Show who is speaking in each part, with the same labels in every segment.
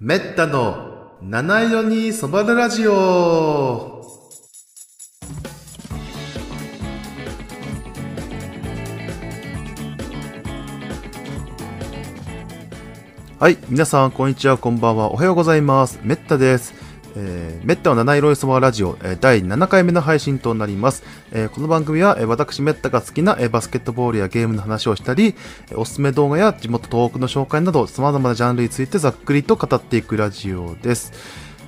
Speaker 1: めったの七色にそばるラジオはい、皆さん、こんにちは、こんばんは、おはようございます。めったです。えー、めったの七色にそばラジオ、えー第7回目の配信となります。えーこの番組は、えー私めったが好きな、えーバスケットボールやゲームの話をしたり、えーおすすめ動画や地元東北の紹介など、様々なジャンルについてざっくりと語っていくラジオです。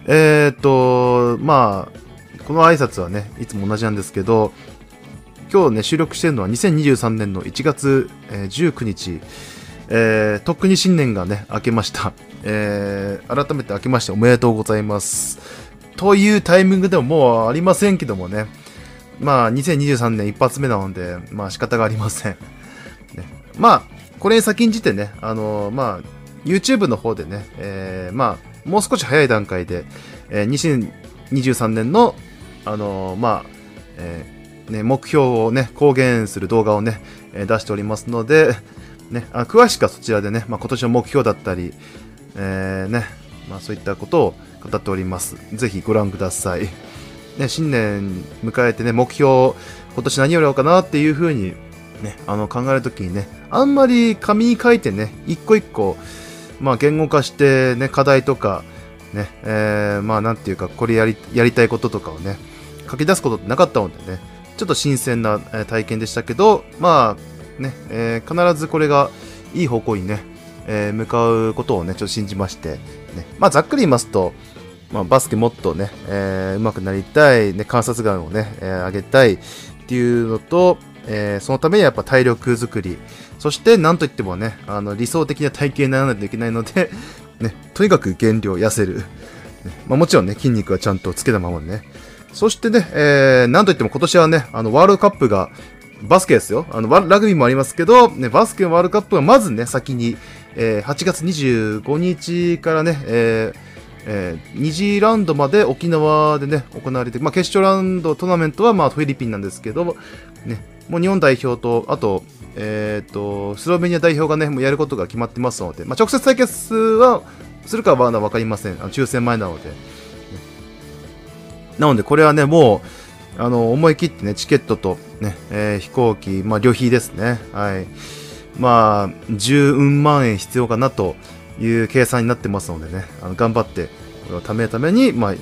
Speaker 1: えー、っと、まあ、この挨拶はね、いつも同じなんですけど、今日ね、収録してるのは2023年の1月、えー19日、えーとっくに新年がね、明けました。えー改めて明けましておめでとうございます。というタイミングでももうありませんけどもね、まあ、2023年一発目なので、まあ仕方がありません。ね、まあ、これに先んじてね、あのーまあ、YouTube の方でね、えーまあ、もう少し早い段階で、えー2023年の、あのーまあ、えーね、目標をね、公言する動画をね、えー出しておりますので、ね、あ詳しくはそちらでね、まあ、今年の目標だったり、えーね、まあ、そういったことを語っております。ぜひご覧ください。ね、新年迎えてね、目標、今年何やろうかなっていうふうに、ね、あの考えるときにね、あんまり紙に書いてね、一個一個、まあ言語化してね、課題とか、ね、えーまあなんていうか、これやり、やりたいこととかをね、書き出すことってなかったのでね、ちょっと新鮮なえー体験でしたけど、まあね、えー必ずこれがいい方向にね、えー向かうことをね、ちょっと信じまして、ね、まあざっくり言いますと、まあ、バスケもっとね、えー、上手くなりたい、ね、観察眼をね、えー上げたいっていうのと、えーそのためにはやっぱ体力づくり、そしてなんといってもね、あの理想的な体型にならないといけないので、ね、とにかく減量、痩せる。ねまあ、もちろんね、筋肉はちゃんとつけたままね。そしてね、えー、なんといっても今年はね、あの、ワールドカップが、バスケですよ。あの、ワラグビーもありますけど、ね、バスケワールドカップがまずね、先に、えー8月25日からね、えーえー、2次ラウンドまで沖縄でね、行われて、まあ、決勝ラウンドトーナメントは、まあ、フィリピンなんですけど、ね、もう日本代表と、あと、えー、と、スロベニア代表がね、もうやることが決まってますので、まあ、直接対決は、するかはまだわかりません。あの抽選前なので。ねなので、これはね、もう、あの、思い切ってね、チケットと、ね、えー飛行機、まあ、旅費ですね。はい。まあ、10万円必要かなという計算になってますのでね、あの頑張って、これを貯めるために、まあね、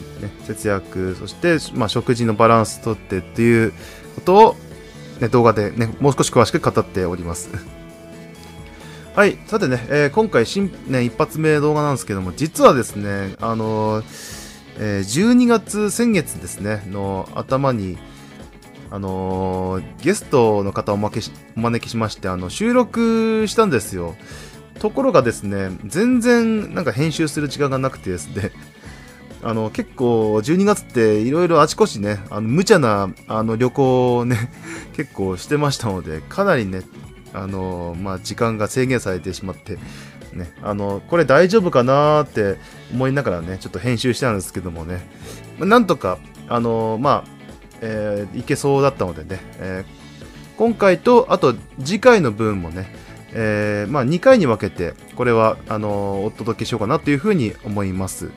Speaker 1: 節約、そして、まあ、食事のバランスとってっていうことを、ね、動画で、ね、もう少し詳しく語っております。はい、さてね、えー今回新、ね、一発目動画なんですけども、実はですね、あのーえー12月、先月ですね、の頭に、あのーゲストの方をおまけしお招きしまして、あの、収録したんですよ。ところがですね、全然なんか編集する時間がなくてですね、 あの、結構12月っていろいろあちこちね、あの無茶なあの旅行をね、 結構してましたので、かなりね、あの、まあ、時間が制限されてしまって、ね、あの、これ大丈夫かなーって思いながらね、ちょっと編集したんですけどもね、まあなんとか、あの、まあ、えーいけそうだったのでね、えー今回と、あと次回の分もね、えーまあ、2回に分けて、これはあのーお届けしようかなというふうに思います。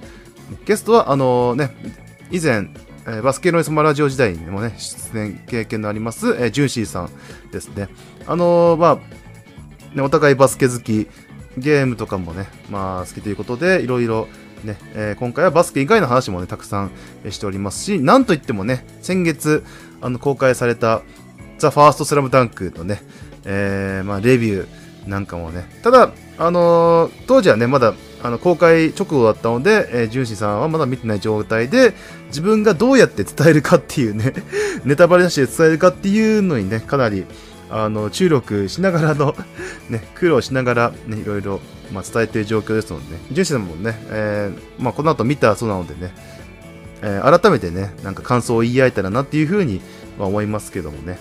Speaker 1: ゲストは、あのーね、以前、えーバスケロイスマラジオ時代にもね、出演経験のあります、えージュンシーさんですね。あのーまあ、ね、お互いバスケ好き、ゲームとかもね、まあ、好きということで、いろいろ、ね、えー今回はバスケ以外の話もね、たくさんえーしておりますし、なんといってもね、先月、あの、公開された、ザ・ファースト・スラムダンクのね、えーまあ、レビューなんかもね、ただ、あのー当時はね、まだ、あの、公開直後だったので、えー、ジュンシーさんはまだ見てない状態で、自分がどうやって伝えるかっていうね、 ネタバレなしで伝えるかっていうのにね、かなり、あの、注力しながらの、ね、苦労しながら、ね、いろいろ、まあ、伝えている状況ですのでね、ジュンシーさんもね、えーまあ、この後見たそうなのでね、えー改めてね、なんか感想を言い合えたらなっていうふうに、まあ、思いますけどもね。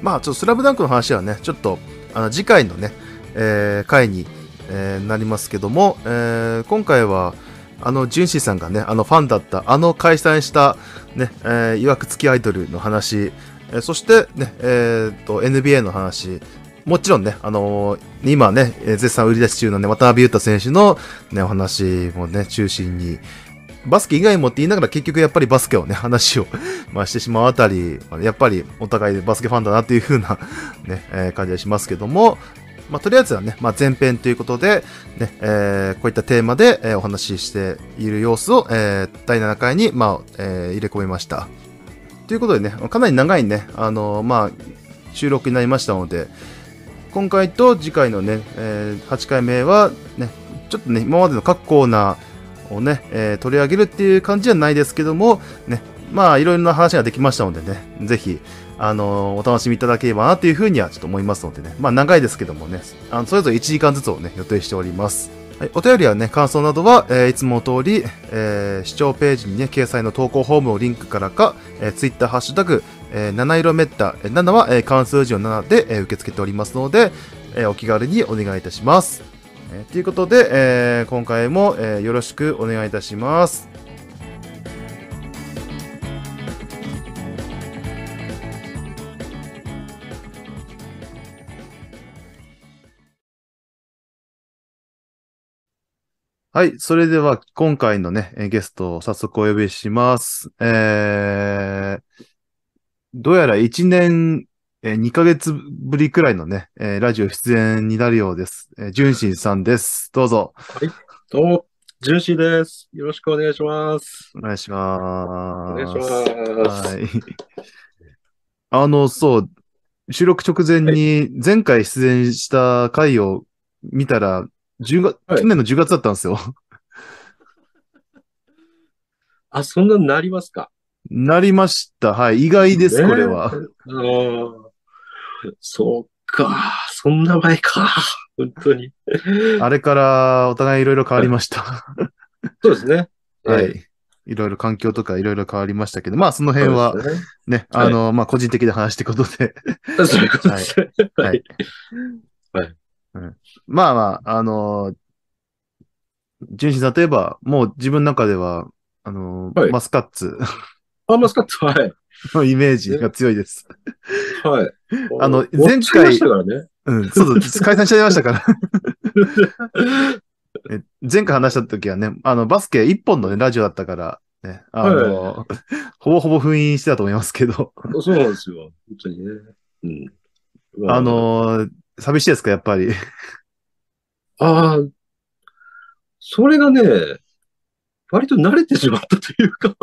Speaker 1: まあ、ちょっとスラムダンクの話はね、ちょっと、あの、次回のね、えー回に、えーなりますけども、えー今回は、あの、ジュンシーさんがね、あの、ファンだった、あの解散した、ね、えー、いわくつきアイドルの話、えーそして、ね、えーっと、NBA の話、もちろんね、あのー今ね、えー絶賛売り出し中のね、渡辺裕太選手のね、お話もね、中心に、バスケ以外もって言いながら結局やっぱりバスケをね、話を、 まあ、してしまうあたり、やっぱりお互いバスケファンだなっていう風なね、えー感じがしますけども、まあ、とりあえずはね、まあ、前編ということで、ね、えーこういったテーマで、えーお話ししている様子を、えー第7回に、まあ、えー入れ込みました。ということでね、かなり長いね、あのーまあ、収録になりましたので、今回と次回のね、えー8回目はね、ちょっとね、今までの各コーナーをね、えー取り上げるっていう感じじゃないですけども、ね、まあ、いろいろな話ができましたのでね、ぜひ、あのーお楽しみいただければなというふうにはちょっと思いますのでね、まあ、長いですけどもね、あのそれぞれ1時間ずつをね、予定しております。はい、お便りやね、感想などは、えーいつもの通り、えー視聴ページにね、掲載の投稿フォームをリンクからか、えー、ツイッター、ハッシュタグ、えー七色めった、えー7は、えー関数字の7で、えー受け付けておりますので、えーお気軽にお願いいたします。えーということで、えー今回も、えーよろしくお願いいたします。はい。それでは、今回のね、えーゲストを早速お呼びします。えー、どうやら1年、えー、2ヶ月ぶりくらいのね、えーラジオ出演になるようです。えー、純真さんです。どうぞ、
Speaker 2: どうも、ジューシーです。よろしくお願いします。
Speaker 1: お願いします。
Speaker 2: お願いします。
Speaker 1: はい。あの、そう、収録直前に前回出演した回を見たら、10月、
Speaker 2: はい
Speaker 1: 去年の10月だったんですよ。
Speaker 2: あ、そんなになりますか
Speaker 1: なりました。はい。意外です、
Speaker 2: ねえ
Speaker 1: これは。
Speaker 2: あーそうか。そんな前か。本当に。
Speaker 1: あれからお互いいろいろ変わりました。
Speaker 2: そうですね。
Speaker 1: は
Speaker 2: えー。
Speaker 1: い。いろいろ環境とかいろいろ変わりましたけど、まあその辺は
Speaker 2: そうですね
Speaker 1: ね、あの、まあ個人的な話ってことで、
Speaker 2: そういうことですね。
Speaker 1: はい
Speaker 2: はい。
Speaker 1: まあまあ、あの純真さんといえば、もう自分の中では、あの
Speaker 2: はい
Speaker 1: マスカッツ
Speaker 2: あ、マスカット、はい。
Speaker 1: のイメージが強いです。
Speaker 2: はい。
Speaker 1: あの
Speaker 2: お終わっちゃいましたからね。
Speaker 1: うん、そうそう、解散しちゃいましたから。 え前回話した時はね、あの、バスケ一本のね、ラジオだったから、ね、あの、 ほぼほぼ封印してたと思いますけど、
Speaker 2: そうなんですよ。本当にね。うん。
Speaker 1: あ、の寂しいですか、やっぱり。
Speaker 2: ああ、それがね、割と慣れてしまったというか、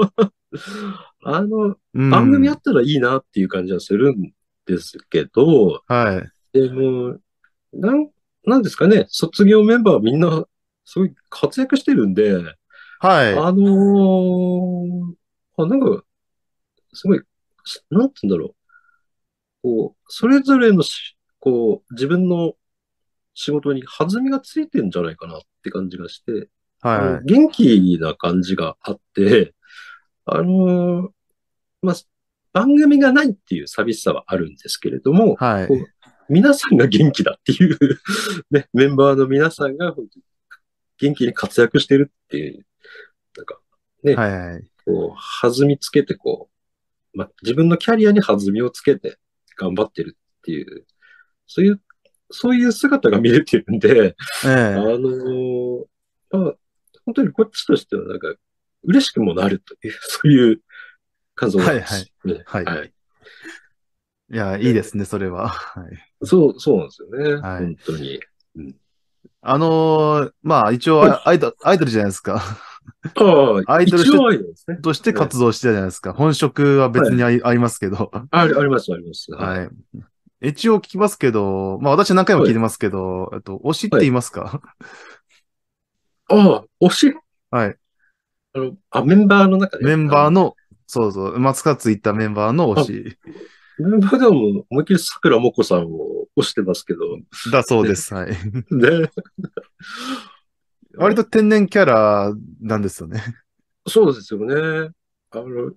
Speaker 2: あの、
Speaker 1: うん
Speaker 2: 番組あったらいいなっていう感じはするんですけど、
Speaker 1: はい。
Speaker 2: でも、なん、なんですかね、卒業メンバーみんな、すごい活躍してるんで、
Speaker 1: はい。
Speaker 2: あのーあ、なんか、すごい、すなんて言うんだろう。こう、それぞれのし、こう、自分の仕事に弾みがついてんじゃないかなって感じがして、あの
Speaker 1: はい。
Speaker 2: 元気な感じがあって、あのーまあ、番組がないっていう寂しさはあるんですけれども、
Speaker 1: はい。
Speaker 2: こう皆さんが元気だっていう、ね、メンバーの皆さんが本当に元気に活躍してるっていう、なんか、
Speaker 1: はいはい。
Speaker 2: こう、弾みつけて、こう、まあ、自分のキャリアに弾みをつけて頑張ってるっていう、そういう、そういう姿が見れてるんで、
Speaker 1: え
Speaker 2: あ
Speaker 1: え
Speaker 2: のーまあ、本当にこっちとしては、なんか、嬉しくもなるという、 そういう感想です。
Speaker 1: はいはい
Speaker 2: ね
Speaker 1: はいいや、いいですね、それは。はい
Speaker 2: そう、そうなんですよね。
Speaker 1: はい
Speaker 2: 本当に。
Speaker 1: あのーまあ、一応
Speaker 2: はい
Speaker 1: アイドル、アイドルじゃないですか。
Speaker 2: ああ、
Speaker 1: アイドルして
Speaker 2: 一応アイドルですね。
Speaker 1: として活動してたじゃないですか。本職は別にありありますけど。
Speaker 2: あありあります、あります。い。
Speaker 1: はい。一応聞きますけど、まあ私は何回も聞いてますけど、えっと、推しって言いますか
Speaker 2: ああ、推し
Speaker 1: はい。
Speaker 2: あの、あ、メンバーの中で。
Speaker 1: メンバー
Speaker 2: の。
Speaker 1: の、そうそう、松勝行ったメンバーの推
Speaker 2: メンバーでも、思いっきり桜もこさんを推してますけど、
Speaker 1: しだそうです。 はい。
Speaker 2: ね。
Speaker 1: 割と天然キャラなんですよね。
Speaker 2: そうですよね。あの、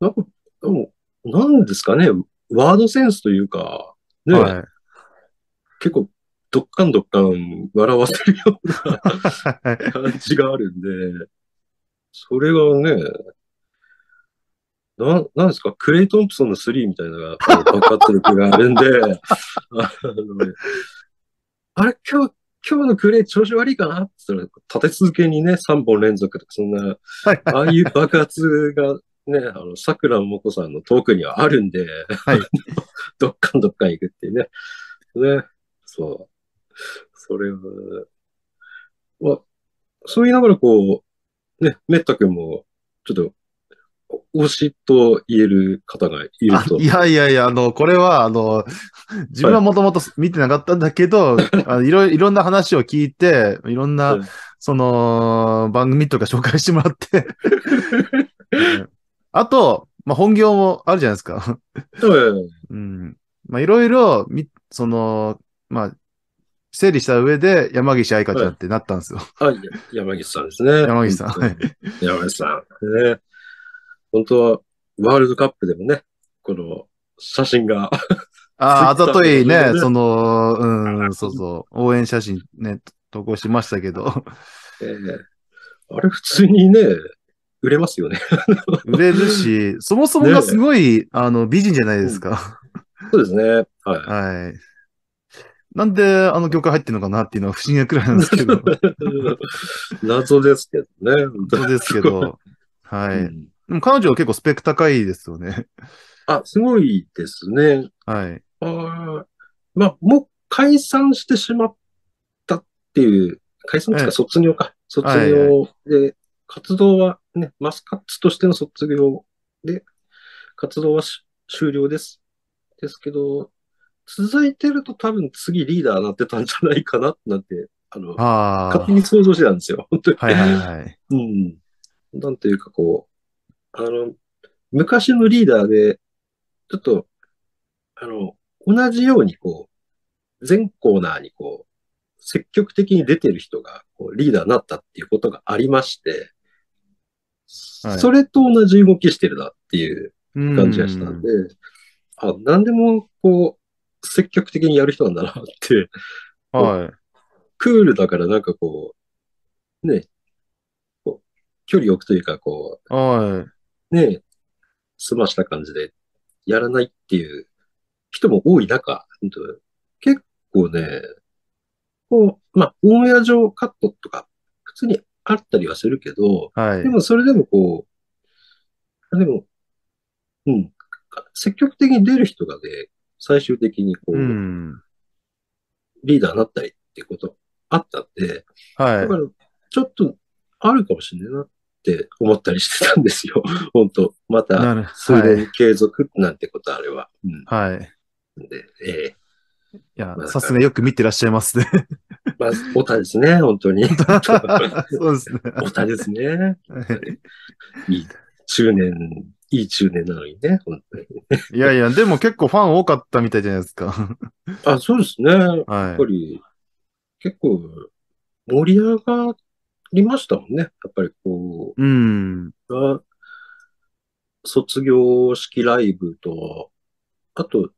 Speaker 2: なんか、でも、なんですかね、ワードセンスというか、ね、
Speaker 1: はい。
Speaker 2: 結構、どっかんどっかん笑わせるような感じがあるんで、それがね、な、なんですか、クレイ・トンプソンの3みたいなのが、こう爆発力があるんで、あのあれ、今日、今日のクレイ調子悪いかなって言ったら、立て続けにね、3本連続とか、そんな、
Speaker 1: はい
Speaker 2: ああいう爆発が、ね、あの、桜もこさんのトークにはあるんで、
Speaker 1: い
Speaker 2: どっかんどっかん行くっていうね。ね、そう。それは、まあ、そう言いながらこう、ね、めったくんも、ちょっと、推しと言える方がいる
Speaker 1: あ
Speaker 2: と。
Speaker 1: いやいやいや、あの、これは、あの、自分はもともと見てなかったんだけ ど、あのいろいろんな話を聞いて、いろんな、
Speaker 2: はい
Speaker 1: その、番組とか紹介してもら って、うんあと、まあ、本業もあるじゃないですか。
Speaker 2: うん
Speaker 1: うん。まあ、いろいろ、みその、まあ、整理した上で山岸愛香ちゃんってなったんですよ。
Speaker 2: あ、や山岸さんですね。
Speaker 1: 山岸さん
Speaker 2: 本当に山岸さん。ね、本当は、ワールドカップでもね、この、写真が、、
Speaker 1: ああ、あざといねその、う ん、そうそう、応援写真ね、投稿しましたけど、
Speaker 2: えーあれ普通にね、売れますよね。
Speaker 1: 売れる し、そもそもがすごい、あの、美人じゃないですか。
Speaker 2: そうですね。はい。
Speaker 1: はい。なんで、あの曲入ってるのかなっていうのは不思議なくらいなんですけ ど、
Speaker 2: 謎ですけどね。本当に
Speaker 1: そうですけど、はい。
Speaker 2: う
Speaker 1: で
Speaker 2: ん
Speaker 1: も彼女は結構スペック高いですよね。
Speaker 2: あ、すごいですね。
Speaker 1: はい。
Speaker 2: あーまあ、もう解散してしまったっていう、解散です
Speaker 1: え
Speaker 2: か、
Speaker 1: え
Speaker 2: 卒業か。卒
Speaker 1: はい
Speaker 2: 業で、活動はね、マスカッツとしての卒業で、活動はし終了です。ですけど、続いてると多分次リーダーなってたんじゃないかな、なんて、あの、
Speaker 1: ああ
Speaker 2: 勝手。に想像してたんですよ。本当に。
Speaker 1: はいはいはい。
Speaker 2: うん。なんていうかこう、あの、昔のリーダーで、ちょっと、あの、同じようにこう、全コーナーにこう、積極的に出てる人がこうリーダーになったっていうことがありまして、
Speaker 1: はい
Speaker 2: それと同じ動きしてるなっていう
Speaker 1: うん
Speaker 2: 感じがしたんで、あ、何でもこう、積極的にやる人なんだなって、
Speaker 1: はい。
Speaker 2: クールだからなんかこう、ね、こう距離を置くというかこう、
Speaker 1: はい。
Speaker 2: ね、済ました感じでやらないっていう人も多い中、本当結構ね、こう、まあ、オンエア上カットとか、普通にあったりはするけど、
Speaker 1: はい
Speaker 2: で。もそれでもこう、でも、うん、積極的に出る人がね、最終的にこう、
Speaker 1: うん。
Speaker 2: リーダーになったりっていうことあったんで、
Speaker 1: はい
Speaker 2: だか。ら、ちょっとあるかもしれないなって思ったりしてたんですよ。 本当また、
Speaker 1: なる
Speaker 2: 数
Speaker 1: は
Speaker 2: 年
Speaker 1: い。
Speaker 2: 継続なんてことあれは。うん。
Speaker 1: はい。
Speaker 2: で、え
Speaker 1: いや、さすがよく見てらっしゃいます ね。
Speaker 2: えまず、オタですね、 本 当に。
Speaker 1: そうですね。
Speaker 2: オタですね。いい中年、いい中年なのにね、本当に。
Speaker 1: いやいや、でも結構ファン多かったみたいじゃないですか。
Speaker 2: あ、そうですね。やっ
Speaker 1: は
Speaker 2: ぱり、結構、盛り上がりましたもんね。やっぱりこ
Speaker 1: い。うん。
Speaker 2: う、あ卒業式ライブと、あと、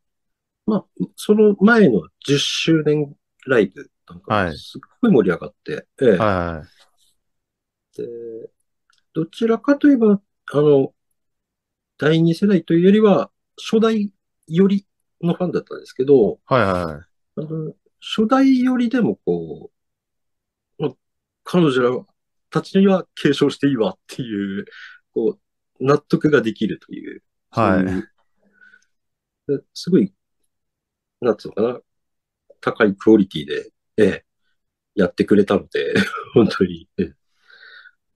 Speaker 2: まあ、その前の10周年ライブなん
Speaker 1: は
Speaker 2: か、
Speaker 1: い
Speaker 2: すっごい盛り上がって、ええ
Speaker 1: は
Speaker 2: で、どちらかといえば、あの、第二世代というよりは、初代よりのファンだったんですけど、
Speaker 1: い。はいは
Speaker 2: あの初代よりでもこう、まあ彼女らたちには継承していいわっていう、こう、納得ができるという。
Speaker 1: い。はい。
Speaker 2: そういうですごい、なんつうのかな、高いクオリティで、ええ、やってくれたので、 本当に、ええで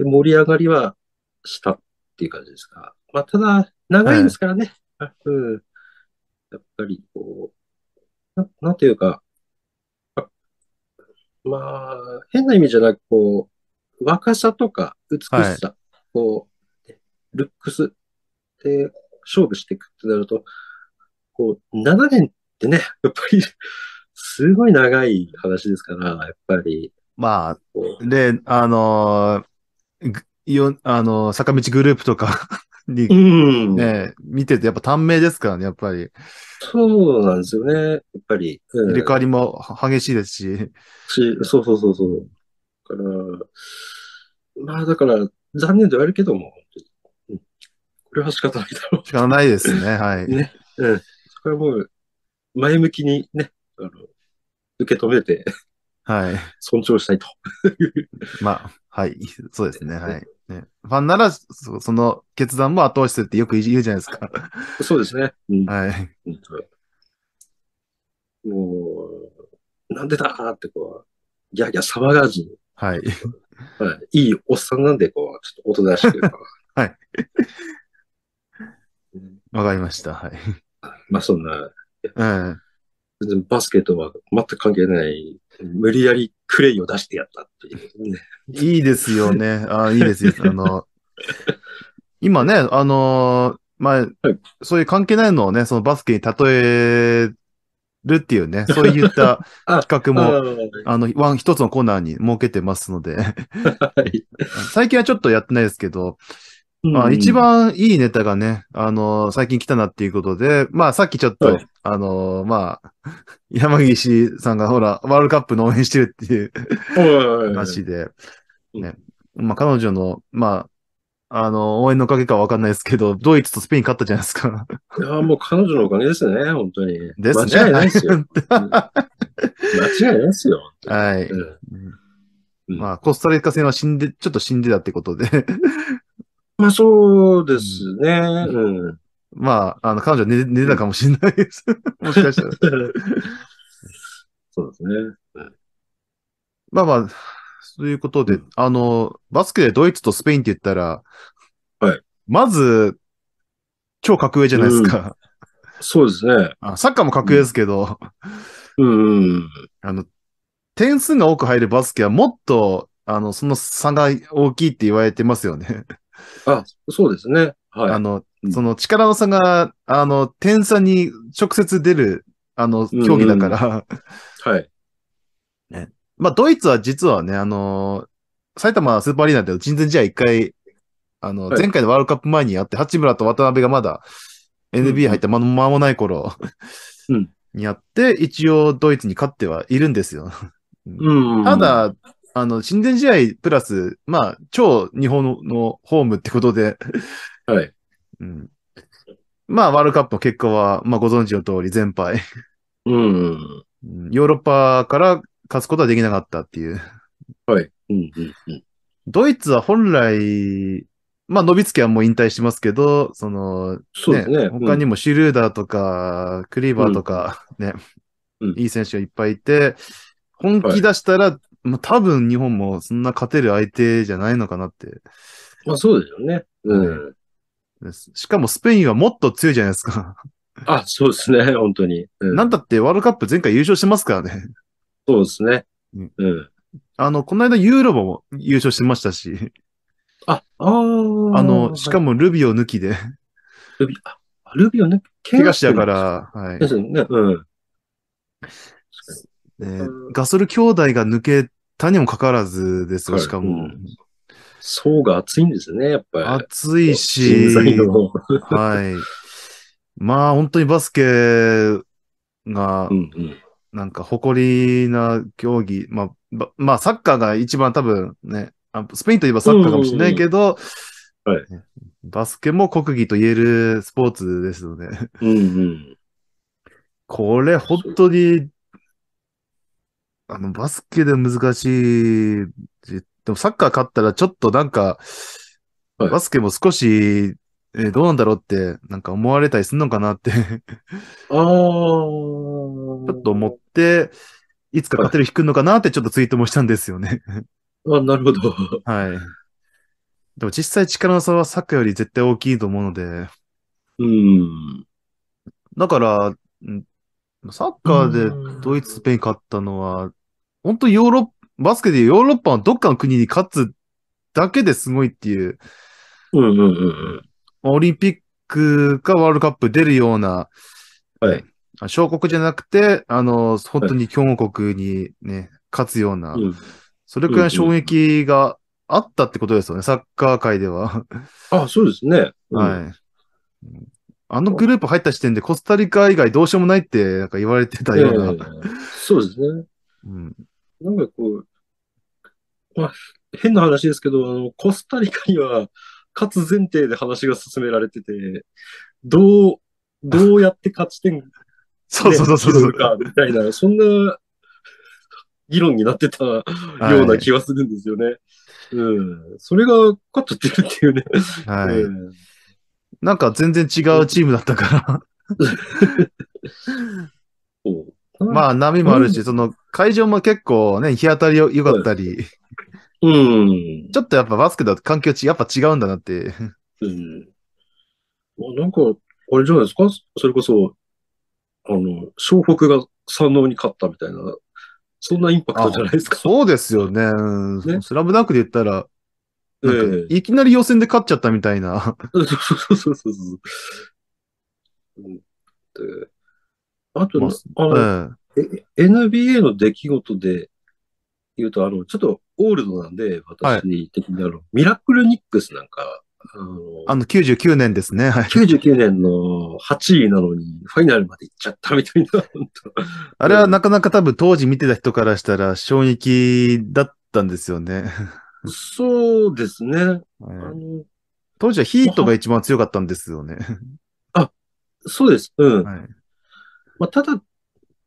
Speaker 2: 盛り上がりはしたっていう感じですか。まあ、ただ、長いですからね。あうん。やっぱり、こう、ななんていうか、あまあ、変な意味じゃなく、こう、若さとか美しさ、
Speaker 1: はい
Speaker 2: こう、ルックスで勝負していくってなると、こう、7年ってね、やっぱり、すごい長い話ですから、やっぱり、
Speaker 1: まあ、
Speaker 2: こう、
Speaker 1: で、あのーぐよ、あのー坂道グループとか に
Speaker 2: う、ん、
Speaker 1: ね、見てて、やっぱ短命ですからね、やっぱり。
Speaker 2: そうなんですよね、やっぱり。うん
Speaker 1: 入れ替わりもは激しいですし。
Speaker 2: し、そうそうそうそう。だから、まあだから、残念ではあるけども、本当にうん これは仕方ないだろ
Speaker 1: 仕方ないですね。はい。
Speaker 2: ねう。うん。それはもう、前向きにね、あの、受け止めて、
Speaker 1: はい。
Speaker 2: 尊重したいと。
Speaker 1: まあ、はい。そうですね。はい。ね、ファンならそ、その決断も後押しするってよく言うじゃないですか。
Speaker 2: そうですね。うん。
Speaker 1: はい。
Speaker 2: 本当もう、なんでだーってこう、ギャーギャー騒がずに、
Speaker 1: はい。
Speaker 2: はい、いいおっさんなんで、こう、ち ょっとおとなしく。
Speaker 1: はい
Speaker 2: うん。
Speaker 1: わかりました。はい。
Speaker 2: まあそんな、
Speaker 1: うん。
Speaker 2: 全然バスケとは全く関係ない、無理やりクレイを出してやったっていうね。
Speaker 1: いいですよね。あいいです よ。あの、今ね、あのまあ、そういう関係ないのをね、そのバスケに例えるっていうね、そういった
Speaker 2: あ
Speaker 1: 企画
Speaker 2: あ
Speaker 1: も、
Speaker 2: ー
Speaker 1: あの、ワン、一つのコーナーに設けてますので、
Speaker 2: はい
Speaker 1: 最近はちょっとやってないですけど、ま
Speaker 2: う
Speaker 1: あ、
Speaker 2: ん
Speaker 1: 一番いいネタがね、あの、最近来たなっていうことで、まあ、さっきちょっと、
Speaker 2: はい
Speaker 1: あの、まあ、山岸さんがほら、ワールドカップの応援してるっていう
Speaker 2: うん
Speaker 1: 話で、
Speaker 2: うん
Speaker 1: ね、まあ、彼女の、まあ、あの、応援のおかげかわかんないですけど、ドイツとスペイン勝ったじゃないですか。
Speaker 2: いやーもう彼女のおかげですね、本当に。
Speaker 1: ですね
Speaker 2: 間違いないで すよ。うん間違いないですよ。
Speaker 1: はい。
Speaker 2: うんうん
Speaker 1: まあ、コスタリカ戦は死んで、ちょっと死んでたってことで、
Speaker 2: まあそうですね。うん。
Speaker 1: まあ、あの、彼女寝て寝てたかもしれないです。もしか したら。
Speaker 2: そうですね。
Speaker 1: まあまあ、ということで、
Speaker 2: うん
Speaker 1: あの、バスケでドイツとスペインって言ったら、
Speaker 2: はい
Speaker 1: まず、超格上じゃないですか。
Speaker 2: そうですね。
Speaker 1: あサッカーも格上ですけど、
Speaker 2: うんうん。
Speaker 1: あの、点数が多く入るバスケはもっと、あの、その差が大きいって言われてますよね。
Speaker 2: あ、そうですね。はい。
Speaker 1: あの
Speaker 2: う、ん
Speaker 1: その力の差が、あの、点差に直接出る、あの、競技だから、
Speaker 2: はい。
Speaker 1: まあ、ドイツは実はね、あのー埼玉スーパーアリーナで親善試合一回、あの、
Speaker 2: はい
Speaker 1: 前回のワールドカップ前にあって、八村と渡辺がまだ
Speaker 2: うん
Speaker 1: NBA 入った間も間もない頃、
Speaker 2: うん
Speaker 1: にやって、一応ドイツに勝ってはいるんですよ。
Speaker 2: うん。
Speaker 1: た、だ、あの、親善試合プラス、まあ、超日本のホームってことで、
Speaker 2: はい。
Speaker 1: うんまあ、ワールドカップの結果は、まあ、ご存知の通り全敗。
Speaker 2: うんうん。
Speaker 1: うんヨーロッパから勝つことはできなかったっていう。
Speaker 2: はい。うんうんうん。
Speaker 1: ドイツは本来、まあ、ノビツキはもう引退してますけど、その、
Speaker 2: そうですね。
Speaker 1: 他にもシュルーダーとか、クリーバーとか、ね、
Speaker 2: うん
Speaker 1: いい選手がいっぱいいて、本気出したら、まあ、多分日本もそんな勝てる相手じゃないのかなって。
Speaker 2: うんまあそうですよね。うん。
Speaker 1: ですしかもスペインはもっと強いじゃないですか。
Speaker 2: あ、そうですね。 本当に。うん
Speaker 1: なんだってワールドカップ前回優勝してますからね。
Speaker 2: そうですね。
Speaker 1: うん
Speaker 2: うん。
Speaker 1: あの、この間ユーロも優勝してましたし、
Speaker 2: あ、あー
Speaker 1: あの、しかもルビオ抜きで、
Speaker 2: ルビ、あ、ルビをね、
Speaker 1: 怪我しちゃうか。ら、はい
Speaker 2: で。すよね。うん。
Speaker 1: ね
Speaker 2: うん
Speaker 1: ガソル兄弟が抜けたにもかかわらずですよ、
Speaker 2: はい
Speaker 1: しかも。
Speaker 2: うん層が厚いんですね、やっぱり。
Speaker 1: 暑いし
Speaker 2: 人、材の。
Speaker 1: はい。まあ、本当にバスケが
Speaker 2: う、んうん。
Speaker 1: なんか誇りな競技、まあ、ばまあ、サッカーが一番多分ね、あスペインといえばサッカーかもしれないけど、
Speaker 2: うんはい
Speaker 1: ねバスケも国技と言えるスポーツですので、
Speaker 2: うんうん。
Speaker 1: これ本当に、あの、バスケで難しいし。でもサッカー勝ったらちょっとなんか、
Speaker 2: はい
Speaker 1: バスケも少し、えーどうなんだろうって、なんか思われたりするのかなって、ち
Speaker 2: ああ。ち
Speaker 1: ょっと思って、いつか勝てる日来るのかなってちょっとツイートもしたんですよね。
Speaker 2: あ、なるほど。
Speaker 1: はい。でも実際力の差はサッカーより絶対大きいと思うので、
Speaker 2: うん。
Speaker 1: だから、んサッカーでドイツ、スペイン勝ったのは、本当ヨーロッバスケでヨーロッパのどっかの国に勝つだけですごいっていう、
Speaker 2: うんうんうんうん。
Speaker 1: オリンピックかワールドカップ出るような、
Speaker 2: はい。
Speaker 1: 小国じゃなくて、あの、本当に強豪国にね、勝つような、
Speaker 2: うん
Speaker 1: それくらいの衝撃があったってことですよね、サッカー界では。
Speaker 2: あ、そうですね。い。
Speaker 1: はい。あのグループ入った時点でコスタリカ以外どうしようもないってなんか言われてた
Speaker 2: ええ
Speaker 1: ような。
Speaker 2: そうですね。
Speaker 1: うん
Speaker 2: なんかこう、まあ、変な話ですけど、あの、コスタリカには、勝つ前提で話が進められてて、どう、どうやって勝ち点
Speaker 1: そうそうそうそう
Speaker 2: ね拾か、みたいな、そんな議論になってたような気がするんですよね。うん。それが勝っちゃってるっていうね。
Speaker 1: は
Speaker 2: う
Speaker 1: い。
Speaker 2: ん
Speaker 1: なんか全然違うチームだったから。
Speaker 2: そう
Speaker 1: まあ波もあるし、その会場も結構ね、日当たりよ良かったり、
Speaker 2: うん。
Speaker 1: ちょっとやっぱバスケだと環境ち、やっぱ違うんだなって。
Speaker 2: うん。あなんか、あれじゃないですかそれこそ、あの、湘北が山王に勝ったみたいな、そんなインパクトじゃないですか。
Speaker 1: そうですよね。うん
Speaker 2: ね
Speaker 1: スラムダンクで言ったら、
Speaker 2: ええ
Speaker 1: なんかいきなり予選で勝っちゃったみたいな。
Speaker 2: そうそうそうそうそう。うんであと、
Speaker 1: ま
Speaker 2: あ
Speaker 1: う
Speaker 2: の、
Speaker 1: ん。
Speaker 2: え NBA の出来事で言うと、あの、ちょっとオールドなんで、私的にあの、ミラクルニックスなんか、あの、
Speaker 1: あの、99年ですね。はい。
Speaker 2: 99年の8位なのに、ファイナルまで行っちゃったみたいな、本当
Speaker 1: あれはなかなか多分当時見てた人からしたら衝撃だったんですよ ね。
Speaker 2: そうですね。あ
Speaker 1: はい
Speaker 2: の、
Speaker 1: 当時はヒートが一番強かったんですよね。
Speaker 2: そうです。うん。
Speaker 1: はい
Speaker 2: まあ、ただ、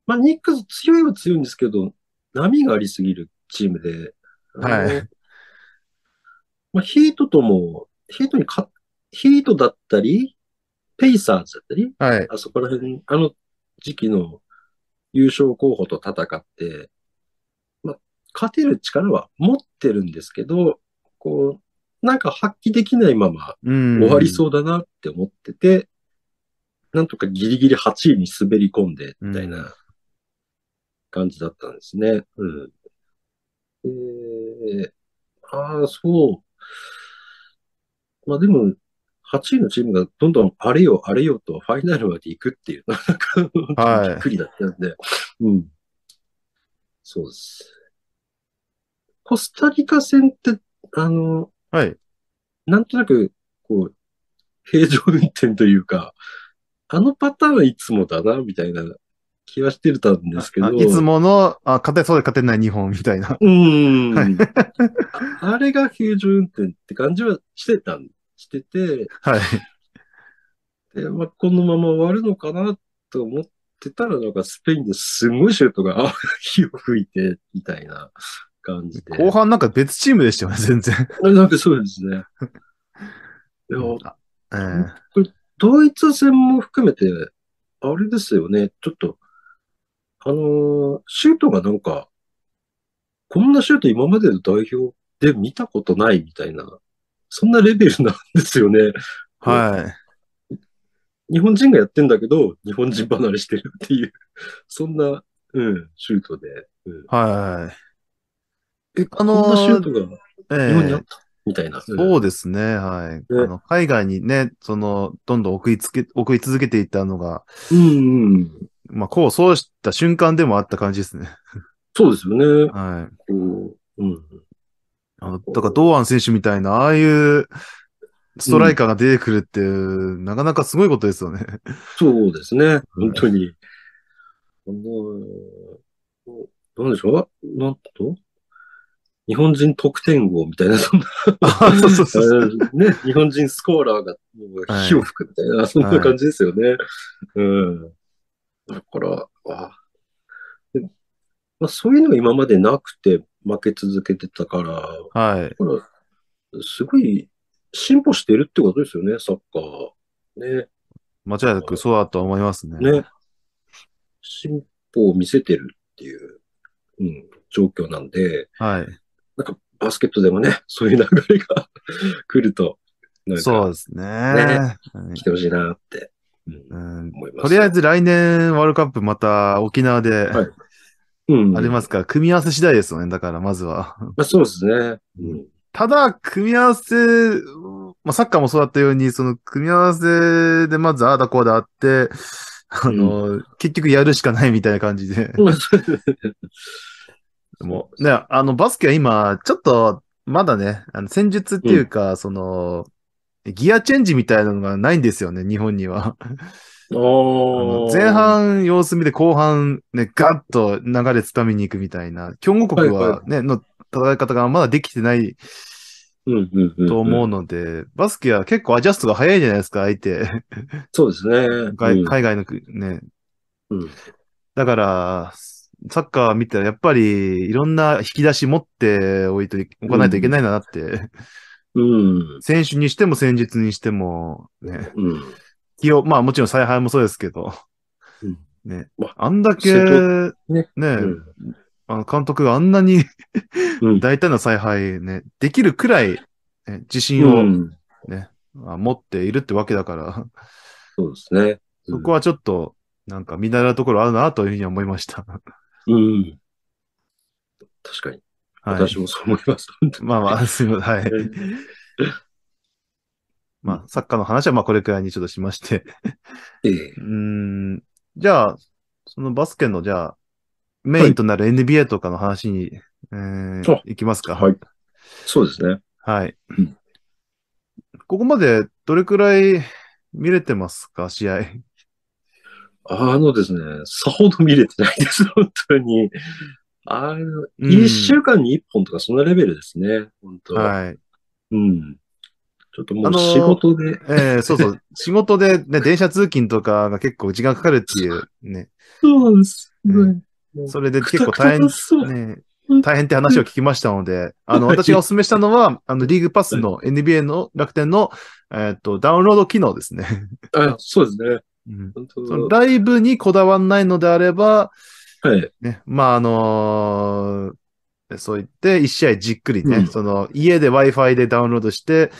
Speaker 2: まあ、ニックス強いは強いんですけど、波がありすぎるチームで、あ
Speaker 1: は
Speaker 2: の
Speaker 1: い。
Speaker 2: まあ、ヒートとも、ヒートにか、ヒートだったり、ペイサーズだったり、
Speaker 1: はい。
Speaker 2: あそこら辺、あの時期の優勝候補と戦って、まあ、勝てる力は持ってるんですけど、こう、なんか発揮できないまま
Speaker 1: うん。
Speaker 2: 終わりそうだなって思ってて、なんとかギリギリ8位に滑り込んで、みたいな感じだったんですね。うん。えああ、そう。まあでも、8位のチームがどんどんあれよあれよとファイナルまで行くっていう、なんか、
Speaker 1: はい
Speaker 2: びっくりだったんで。うん。そうです。コスタリカ戦って、あの、
Speaker 1: はい。
Speaker 2: なんとなく、こう、平常運転というか、あのパターンはいつもだな、みたいな気はしてたんですけど。
Speaker 1: あいつもの、あ、勝てそうで勝てない日本みたいな。
Speaker 2: うーん。ああれが平常運転って感じはしてたん、してて、
Speaker 1: はい。
Speaker 2: で、まあ、このまま終わるのかなと思ってたら、なんかスペインですごいシュートがあ火を吹いて、みたいな感じで。
Speaker 1: 後半なんか別チームでしたよね、全然。
Speaker 2: なんかそうですね。いや、
Speaker 1: あええ
Speaker 2: ドイツ戦も含めて、あれですよね。ちょっと、あのーシュートがなんか、こんなシュート今までの代表で見たことないみたいな、そんなレベルなんですよね。
Speaker 1: はい。
Speaker 2: 日本人がやってんだけど、日本人離れしてるっていう、そんな、うん、シュートで。うん、
Speaker 1: はい。え、あ
Speaker 2: こん
Speaker 1: の
Speaker 2: なシュー
Speaker 1: ー、
Speaker 2: トが
Speaker 1: え
Speaker 2: 日本にあ
Speaker 1: え
Speaker 2: った、みたいな。
Speaker 1: そうですね、はい。あの海外にね、その、どんどん送りつけ、送り続けていったのが、
Speaker 2: うん、うん。
Speaker 1: まあ、こうそうした瞬間でもあった感じですね。
Speaker 2: そうですよね。
Speaker 1: はい。
Speaker 2: こう、うん。
Speaker 1: あのだから、堂安選手みたいな、ああいう、ストライカーが出てくるって、なかなかすごいことですよね。
Speaker 2: そうですね。本当に。あのなんでしょうなんと日本人得点王みたいな、そんな、
Speaker 1: あそうそうそうそう。
Speaker 2: ね、日本人スコーラーがもう火を吹くみたいな、そんな感じですよね。うん。だから、あでまあ、そういうのが今までなくて負け続けてたから、
Speaker 1: はい。
Speaker 2: これ、すごい進歩してるってことですよね、サッカー。ね。
Speaker 1: 間違いなくそうだと思いますね。
Speaker 2: ね、進歩を見せてるっていう、うん、状況なんで、
Speaker 1: はい。
Speaker 2: なんかバスケットでもね、 そういう流れが 来ると、なん
Speaker 1: そう
Speaker 2: か
Speaker 1: ですね。はい
Speaker 2: 来てほしいなって、うん
Speaker 1: うん
Speaker 2: 思います。
Speaker 1: とりあえず来年ワールドカップまた沖縄で
Speaker 2: はいうん、。
Speaker 1: ありますすから、組み合わせ次第ですよね。だからまずは。
Speaker 2: まあ、そうですね。 うん。
Speaker 1: ただ、組み合わせ、まあ、サッカーもそうだったように、その組み合わせでまずああだこうだあって、あの、結局やるしかないみたいな感じで。
Speaker 2: まあそう
Speaker 1: もうね、あの、バスケは今、ちょっと、まだね、あの戦術っていうか、その、ギアチェンジみたいなのがないんですよね、日本には。あの
Speaker 2: あー
Speaker 1: 前半様子見で後半ね、ガッと流れつかみに行くみたいな、強豪国はね、の戦い方がまだできてない
Speaker 2: うんうんうん。
Speaker 1: と思うので、バスケは結構アジャストが早いじゃないですか、相手。
Speaker 2: そうですね。
Speaker 1: 外
Speaker 2: うん
Speaker 1: 海外の国ね。
Speaker 2: うん
Speaker 1: だから、サッカー見たらやっぱりいろんな引き出し持っておいとい、おかないといけないんだなって、
Speaker 2: うん。
Speaker 1: 選手にしても戦術にしても、ね、
Speaker 2: うん。
Speaker 1: 気を、まあもちろん采配もそうですけど、
Speaker 2: うん
Speaker 1: ね
Speaker 2: ま、
Speaker 1: あんだけ、
Speaker 2: 瀬
Speaker 1: ね、
Speaker 2: ね
Speaker 1: うんあの監督があんなに
Speaker 2: う ん。
Speaker 1: 大胆な采配ね、できるくらい、ね自信
Speaker 2: う
Speaker 1: を
Speaker 2: ん。
Speaker 1: あ持っているってわけだから、
Speaker 2: そうですね。
Speaker 1: そこはちょっと、なんか見習うところあるなというふうに思いました。
Speaker 2: うん。確かに。
Speaker 1: はい。
Speaker 2: 私もそう思います。本当に
Speaker 1: まあまあ、すいません。はい。まあ、サッカーの話はまあこれくらいにちょっとしまして。
Speaker 2: ええ
Speaker 1: うーん。じゃあ、そのバスケの、じゃあ、メインとなる NBA とかの話に、えー
Speaker 2: あ、
Speaker 1: いきますか。
Speaker 2: はい。そうですね。
Speaker 1: はい
Speaker 2: うん
Speaker 1: ここまでどれくらい見れてますか、試合。
Speaker 2: あのですね、さほど見れてないです、 本当に。あの、
Speaker 1: うん
Speaker 2: 一週間に一本とかそのレベルですね、本当。
Speaker 1: はい。
Speaker 2: うん。ちょっとも
Speaker 1: あ
Speaker 2: う
Speaker 1: のー
Speaker 2: 仕事で、
Speaker 1: えー、そう そう。仕事でね、電車通勤とかが結構時間かかるっていう、ね。
Speaker 2: そうなんです。
Speaker 1: うんそれで
Speaker 2: く
Speaker 1: 結構
Speaker 2: たくた
Speaker 1: 大
Speaker 2: だ
Speaker 1: 変
Speaker 2: そう。
Speaker 1: ねえ、大変って話を聞きましたので、あの、
Speaker 2: はい
Speaker 1: 私がお勧めしたのは、あの、リーグパスの NBA の楽天の、えっと、ダウンロード機能ですね。
Speaker 2: あそうですね。
Speaker 1: うん
Speaker 2: 本
Speaker 1: その
Speaker 2: 当。
Speaker 1: ライブにこだわんないのであれば、
Speaker 2: はい。
Speaker 1: ね、まあ、あのーそう言って、一試合じっくりね、
Speaker 2: うん
Speaker 1: その、家で Wi-Fi でダウンロードして、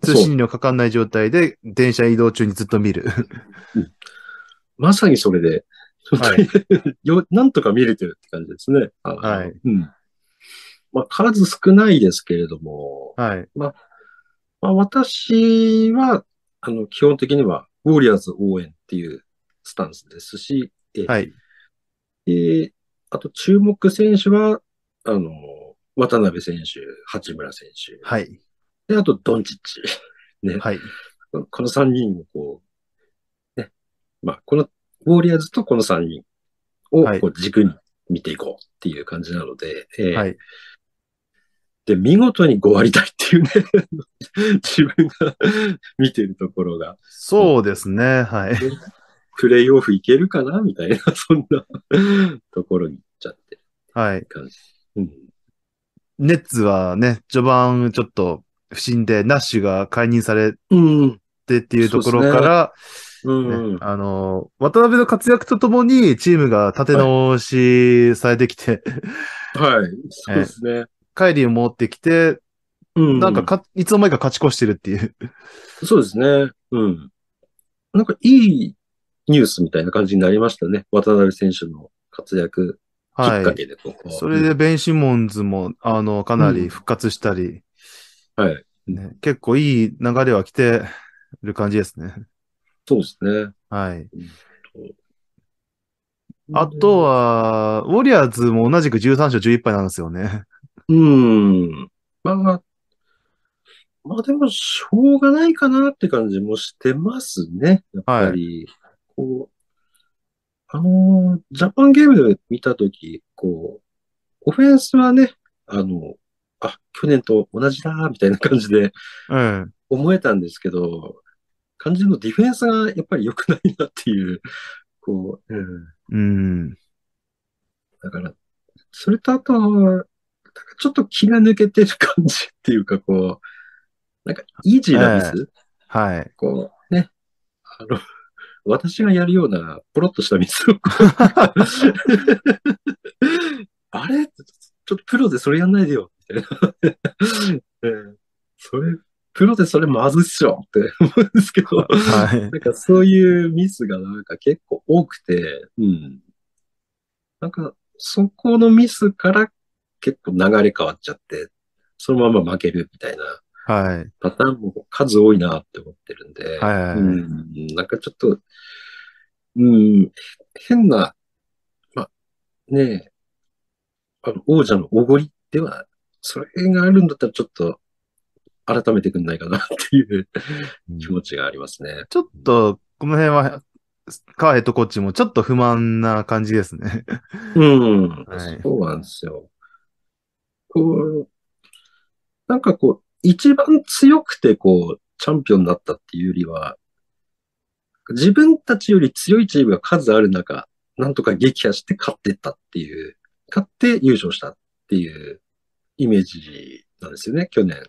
Speaker 1: 通信量かかんない状態で、電車移動中にずっと見る。
Speaker 2: まさにそれで、本当に、よなんとか見れてるって感じですね。
Speaker 1: は。
Speaker 2: はいうん。まあ、数少ないですけれども、
Speaker 1: はい。
Speaker 2: まあ、私は、あの、基本的には、ウォリアーズ応援っていうスタンスですし、えー
Speaker 1: はい。
Speaker 2: えーあと、注目選手は、あの、渡辺選手、八村選手、
Speaker 1: はい。
Speaker 2: で、あと、ドンチッチ。ね、
Speaker 1: はい。
Speaker 2: この三人をこう、ね、まあ、この、ウォリアーズとこの三人を
Speaker 1: はい
Speaker 2: こう軸に見ていこうっていう感じなので、えー
Speaker 1: はい。
Speaker 2: で、見事に5割台っていうね、 自分が 見てるところが、
Speaker 1: そうですね。はい。
Speaker 2: プレイオフいけるかなみたいな、 そんなところに行っちゃってる
Speaker 1: はい。
Speaker 2: 感じ。うん。
Speaker 1: ネッツはね、序盤ちょっと不審で、ナッシュが解任され
Speaker 2: うん。
Speaker 1: てっていうところから、
Speaker 2: うん。
Speaker 1: ねあの、渡辺の活躍とともにチームが立て直しされてきて、
Speaker 2: はい。そうですね。
Speaker 1: カイリーを持ってきて、
Speaker 2: うん。
Speaker 1: なんかか、いつの間にか勝ち越してるって いう。
Speaker 2: そうですね。うん。なんかいいニュースみたいな感じになりましたね。渡辺選手の活躍きっ
Speaker 1: は
Speaker 2: か
Speaker 1: い。
Speaker 2: けで、ここ。
Speaker 1: それでベン・シモンズも、あの、かなり復活したり、
Speaker 2: うん、はい。
Speaker 1: ね結構いい流れは来てる感じですね。
Speaker 2: そうですね。
Speaker 1: はい。あと、は、ウォリアーズも同じく13勝11敗なんですよね。
Speaker 2: うん。まあ、まあでも、しょうがないかなって感じもしてますね。やっぱり、こう、あのー、ジャパンゲーム見たとき、こう、オフェンスはね、あの、あ、去年と同じだ、みたいな感じで
Speaker 1: うん。
Speaker 2: 思えたんですけど、感じのディフェンスがやっぱり良くないなっていう、こう、うん、
Speaker 1: うん。
Speaker 2: だから、それとあとは、なんかちょっと気が抜けてる感じっていうか、こう、なんかイージーなミス、
Speaker 1: はい。
Speaker 2: こう、ね、あの、私がやるような、ポロッとしたミスをこう、あれちょっとプロでそれやんないでよ、みたいな。ええそれ、プロでそれまずいっしょって思うんですけど。
Speaker 1: はい。
Speaker 2: なんかそういうミスがなんか結構多くて、うん。なんかそこのミスから結構流れ変わっちゃって、そのまま負けるみたいな
Speaker 1: はい。
Speaker 2: パターンも数多いなって思ってるんで、
Speaker 1: はいはい。
Speaker 2: うん、なんかちょっと、うん、変な、ま、ねえ、あの王者のおごりでは、それがあるんだったらちょっと改めてくんないかなっていう気持ちがありますね。
Speaker 1: ちょっと、この辺は、カーヘッドコーチもちょっと不満な感じですね。
Speaker 2: うん、
Speaker 1: はい
Speaker 2: そうなんですよ。こう、なんかこう、一番強くてこう、チャンピオンになったっていうよりは、自分たちより強いチームが数ある中、なんとか撃破して勝ってったっていう、勝って優勝したっていうイメージなんですよね、去年。あの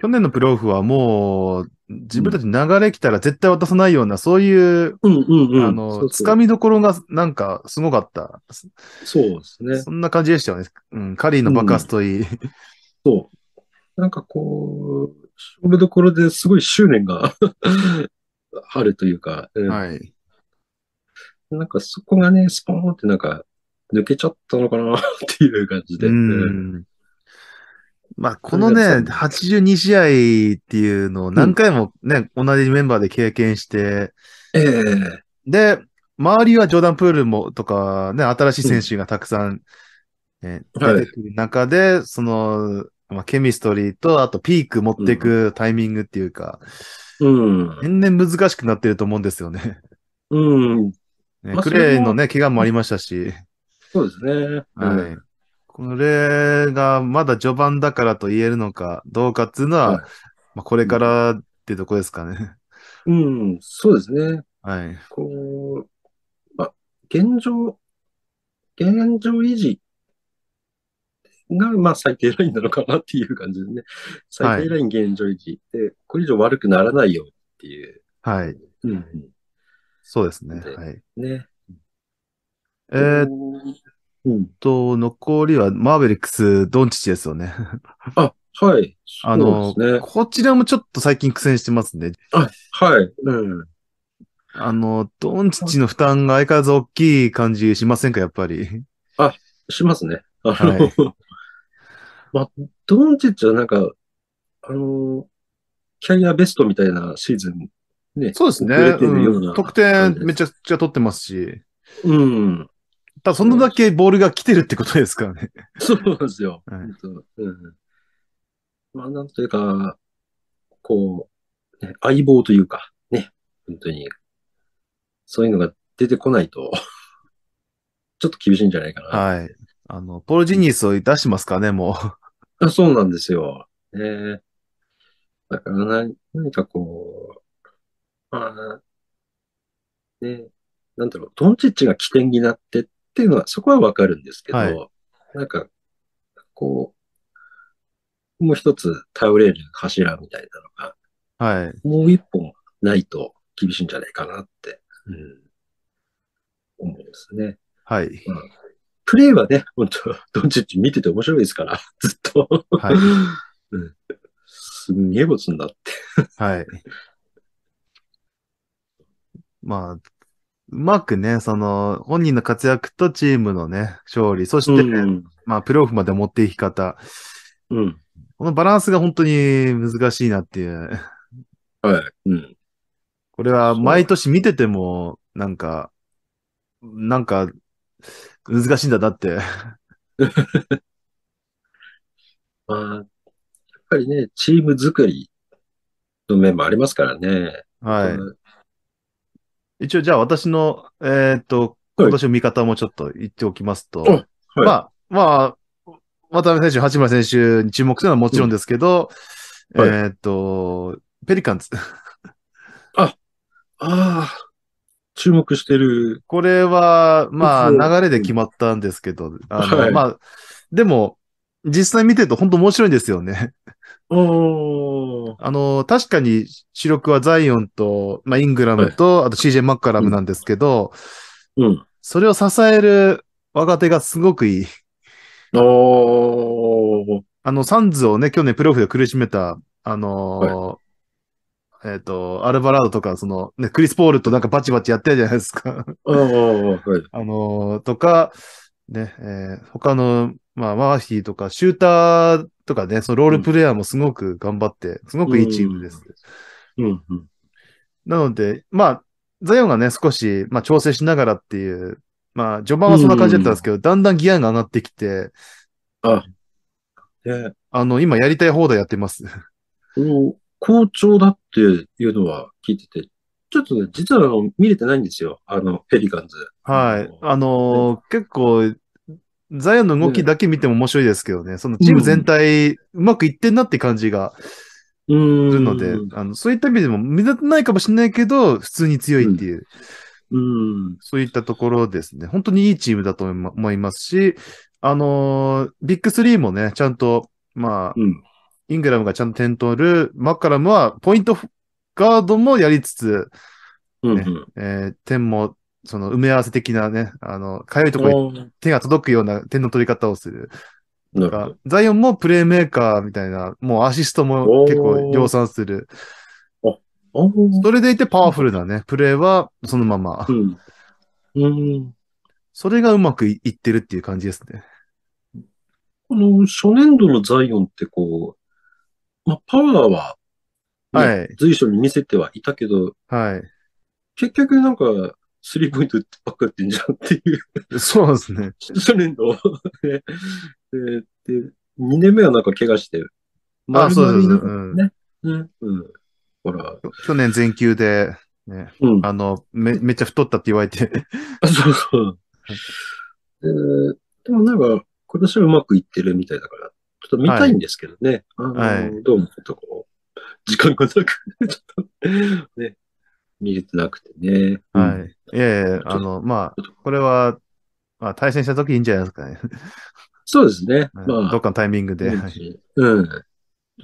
Speaker 1: 去年のプレーオフはもう、自分たち流れ来たら絶対渡さないような、そういう、
Speaker 2: うんうんうん。
Speaker 1: あの、
Speaker 2: そう
Speaker 1: つ
Speaker 2: そう
Speaker 1: かみどころがなんかすごかった。
Speaker 2: そうですね。
Speaker 1: そんな感じでしたよね。うん、カリーの爆発といい。
Speaker 2: そう。なんかこう、勝負どころですごい執念が あるというか、うん
Speaker 1: はい。
Speaker 2: なんかそこがね、スポーンってなんか抜けちゃったのかな っていう感じで。
Speaker 1: う
Speaker 2: うん
Speaker 1: ん。まあ、このね、
Speaker 2: それが
Speaker 1: 82試合っていうのを何回もね、同じメンバーで経験して、
Speaker 2: ええ
Speaker 1: で、周りはジョーダン・プールもとか、ね、新しい選手がたくさん、え
Speaker 2: はい
Speaker 1: 出てくる中で、その、まあ、ケミストリーと、あとピーク持っていくタイミングっていうか、
Speaker 2: うん。
Speaker 1: 年々難しくなってると思うんですよ ね。
Speaker 2: うん。
Speaker 1: ね
Speaker 2: まあ
Speaker 1: クレイ
Speaker 2: それ
Speaker 1: の
Speaker 2: も
Speaker 1: ね、怪我もありましたし、
Speaker 2: そうですね。
Speaker 1: はい。これがまだ序盤だからと言えるのかどうかっていうのは、
Speaker 2: はい
Speaker 1: まあ、これからってとこですかね。
Speaker 2: うん。うん、そうですね。
Speaker 1: はい。
Speaker 2: こう、まあ、現状、現状維持が、まあ、最低ラインなのかなっていう感じですね。最低ライン現状維持。で、これ以上悪くならないようにっていう。
Speaker 1: はい。
Speaker 2: うん。
Speaker 1: そうですね。
Speaker 2: で
Speaker 1: はい。
Speaker 2: ね。
Speaker 1: えーっ
Speaker 2: うん。
Speaker 1: と、残りはマーベリックス、ドンチッチですよね。
Speaker 2: あ、はい。
Speaker 1: あ
Speaker 2: そ
Speaker 1: の、
Speaker 2: うですね。
Speaker 1: こちらもちょっと最近苦戦してますね。
Speaker 2: あ、はい。うん。
Speaker 1: あの、ドンチッチの負担が相変わらず大きい感じしませんか、やっぱり。
Speaker 2: しますね。あの、
Speaker 1: はい
Speaker 2: まあ、ドンチッチはなんか、あの、キャリアベストみたいなシーズン、ね。
Speaker 1: そうですね。
Speaker 2: 遅れてるような
Speaker 1: うん得点めちゃくちゃ取ってますし、
Speaker 2: うん。
Speaker 1: ただそんだけボールが来てるってことですからね。
Speaker 2: そうなんですよ。
Speaker 1: はい
Speaker 2: 本当うん、まあ、なんというか、こう、ね相棒というか、ね、本当に、そういうのが出てこないと、 ちょっと厳しいんじゃないかな。
Speaker 1: はい。あの、ポール・ジニースを出してますからね、もう。
Speaker 2: あそうなんですよ。ええだから何、何かこう、まあ、ね、なんだろう、ドンチッチが起点になってっていうのは、そこはわかるんですけど、
Speaker 1: はい
Speaker 2: なんか、こう、もう一つ頼れる柱みたいなのが、
Speaker 1: はい。
Speaker 2: もう一本ないと厳しいんじゃないかなって、うん、思いますね。
Speaker 1: はい。
Speaker 2: プレイはね、本当ドンチッチ見てて面白いですから、ずっと。
Speaker 1: はい。
Speaker 2: うんすんげえボツになって。
Speaker 1: はい。まあ、うまくね、その、本人の活躍とチームのね、勝利、そして、
Speaker 2: うん。
Speaker 1: まあ、プレーオフまで持っていき方。
Speaker 2: うん。
Speaker 1: このバランスが本当に難しいなっていう。
Speaker 2: はい。うん。
Speaker 1: これは
Speaker 2: そう
Speaker 1: 毎年見てても、なんか、なんか、難しいんだなって。
Speaker 2: まあ、やっぱりね、チーム作りの面もありますからね。
Speaker 1: は
Speaker 2: うん
Speaker 1: い。一応、じゃあ私の、えーっと、
Speaker 2: はい
Speaker 1: 今年の見方もちょっと言っておきますと、
Speaker 2: あはい
Speaker 1: まあ、まあ、渡辺選手、八村選手に注目するのはもちろんですけど、
Speaker 2: うんはい
Speaker 1: えーっと、ペリカンツ。
Speaker 2: ああ、注目してる。
Speaker 1: これは、まあ、
Speaker 2: そう
Speaker 1: 流れで決まったんですけど、あの、
Speaker 2: はい
Speaker 1: まあ、でも、実際見てると本当面白いんですよね。
Speaker 2: おー。
Speaker 1: あの、確かに主力はザイオンと、まあ、イングラムと、あと CJ マッカラムなんですけど、
Speaker 2: うん。
Speaker 1: それを支える若手がすごくいい。
Speaker 2: おー。
Speaker 1: あの、サンズをね、去年プレーオフで苦しめた、あのーえっ、と、アルバラードとか、その、ね、クリス・ポールとなんかバチバチやってるじゃないですか。
Speaker 2: あーはい。
Speaker 1: あのーとか、ね、えー他の、まあ、マーヒーとか、シューターとかね、そのロールプレイヤーもすごく頑張って、すごくいいチームです。
Speaker 2: うん。うん。
Speaker 1: なので、まあ、ザヨンがね、少し、まあ、調整しながらっていう、まあ、序盤はそんな感じだったんですけど、だんだんギアが上がってきて、
Speaker 2: ね、
Speaker 1: あの、今やりたい放題やってます。
Speaker 2: この、好調だっていうのは聞いてて、ちょっとね、実はあの見れてないんですよ。あの、ペリカンズ。
Speaker 1: はい。あのー結構、ザイオンの動きだけ見ても面白いですけどね、そのチーム全体、うまくいってんなって感じが
Speaker 2: うーん。
Speaker 1: するので、あの、そういった意味でも目立たないかもしれないけど、普通に強いっていう、
Speaker 2: うん。
Speaker 1: そういったところですね。本当にいいチームだと思いま思いますし、あのービッグスリーもね、ちゃんと、まあ、
Speaker 2: うん。
Speaker 1: イングラムがちゃんと点取る、マッカラムはポイントガードもやりつつ、
Speaker 2: うん。
Speaker 1: ねえー点も、その埋め合わせ的なね、あの、かゆいところに
Speaker 2: あー
Speaker 1: 手が届くような点の取り方をする。
Speaker 2: なるほ
Speaker 1: がザイオンもプレーメーカーみたいな、もうアシストも結構量産する。
Speaker 2: ど。あー
Speaker 1: それでいてパワフルなね、プレーはそのまま
Speaker 2: う。ん。うん。
Speaker 1: それがうまくいいってるっていう感じですね。
Speaker 2: この初年度のザイオンってこう、まあ、パワーはうん
Speaker 1: はい。
Speaker 2: 随所に見せてはいたけど、
Speaker 1: はい。
Speaker 2: 結局なんか、スリーポイントばっかやってんじゃんっていう、
Speaker 1: そうなんですね。
Speaker 2: 初年度。 で、で、2年目はなんか怪我して、
Speaker 1: あ、そうそう
Speaker 2: 丸
Speaker 1: そ
Speaker 2: 々
Speaker 1: う。うん
Speaker 2: ねね。うん。ほら、
Speaker 1: 去年全球で、ね、
Speaker 2: うん。
Speaker 1: あの、め、めっちゃ太ったって言われて。
Speaker 2: そうそう。 えーでもなんか、今年はうまくいってるみたいだから、ちょっと見たいんですけどね。
Speaker 1: はい
Speaker 2: あのどうもちょっとこう、時間がなく、 ちょっと、ね、見れてなくてね。。
Speaker 1: はいい。いやいや、あの、まあ、これは、まあ、対戦した時いいんじゃないですかね。
Speaker 2: そうですね。
Speaker 1: うん
Speaker 2: まあ、
Speaker 1: どっかのタイミングで。
Speaker 2: うん
Speaker 1: はい
Speaker 2: うん。ちょ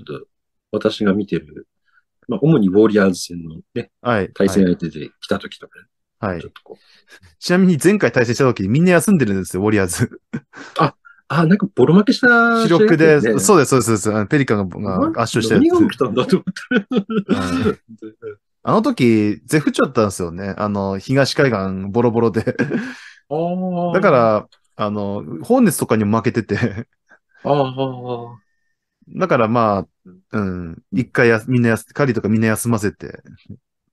Speaker 2: っと、私が見てる、まあ、主にウォリアーズ戦のね、
Speaker 1: はい。
Speaker 2: 対戦相手で来た時とかね、
Speaker 1: はい
Speaker 2: ちょ。っとこう、
Speaker 1: ちなみに前回対戦した時みんな休んでるんですよ、ウォリアーズ。
Speaker 2: あ、なんかボロ負けした
Speaker 1: 主
Speaker 2: 試合
Speaker 1: 力
Speaker 2: だ
Speaker 1: で、
Speaker 2: ったよね
Speaker 1: そうです、そうですそうですあの。ペリカンがが圧勝したや
Speaker 2: 何が起
Speaker 1: つ
Speaker 2: き。たんだと思った ら
Speaker 1: うんあの時、絶不調だったんですよね。あの、東海岸ボロボロで。
Speaker 2: ああ。
Speaker 1: だか、ら、あの、本熱とかにも負けてて。
Speaker 2: ああ。
Speaker 1: だからまあ、うん、一回やみんなやす、カリーとかみんな休ませて、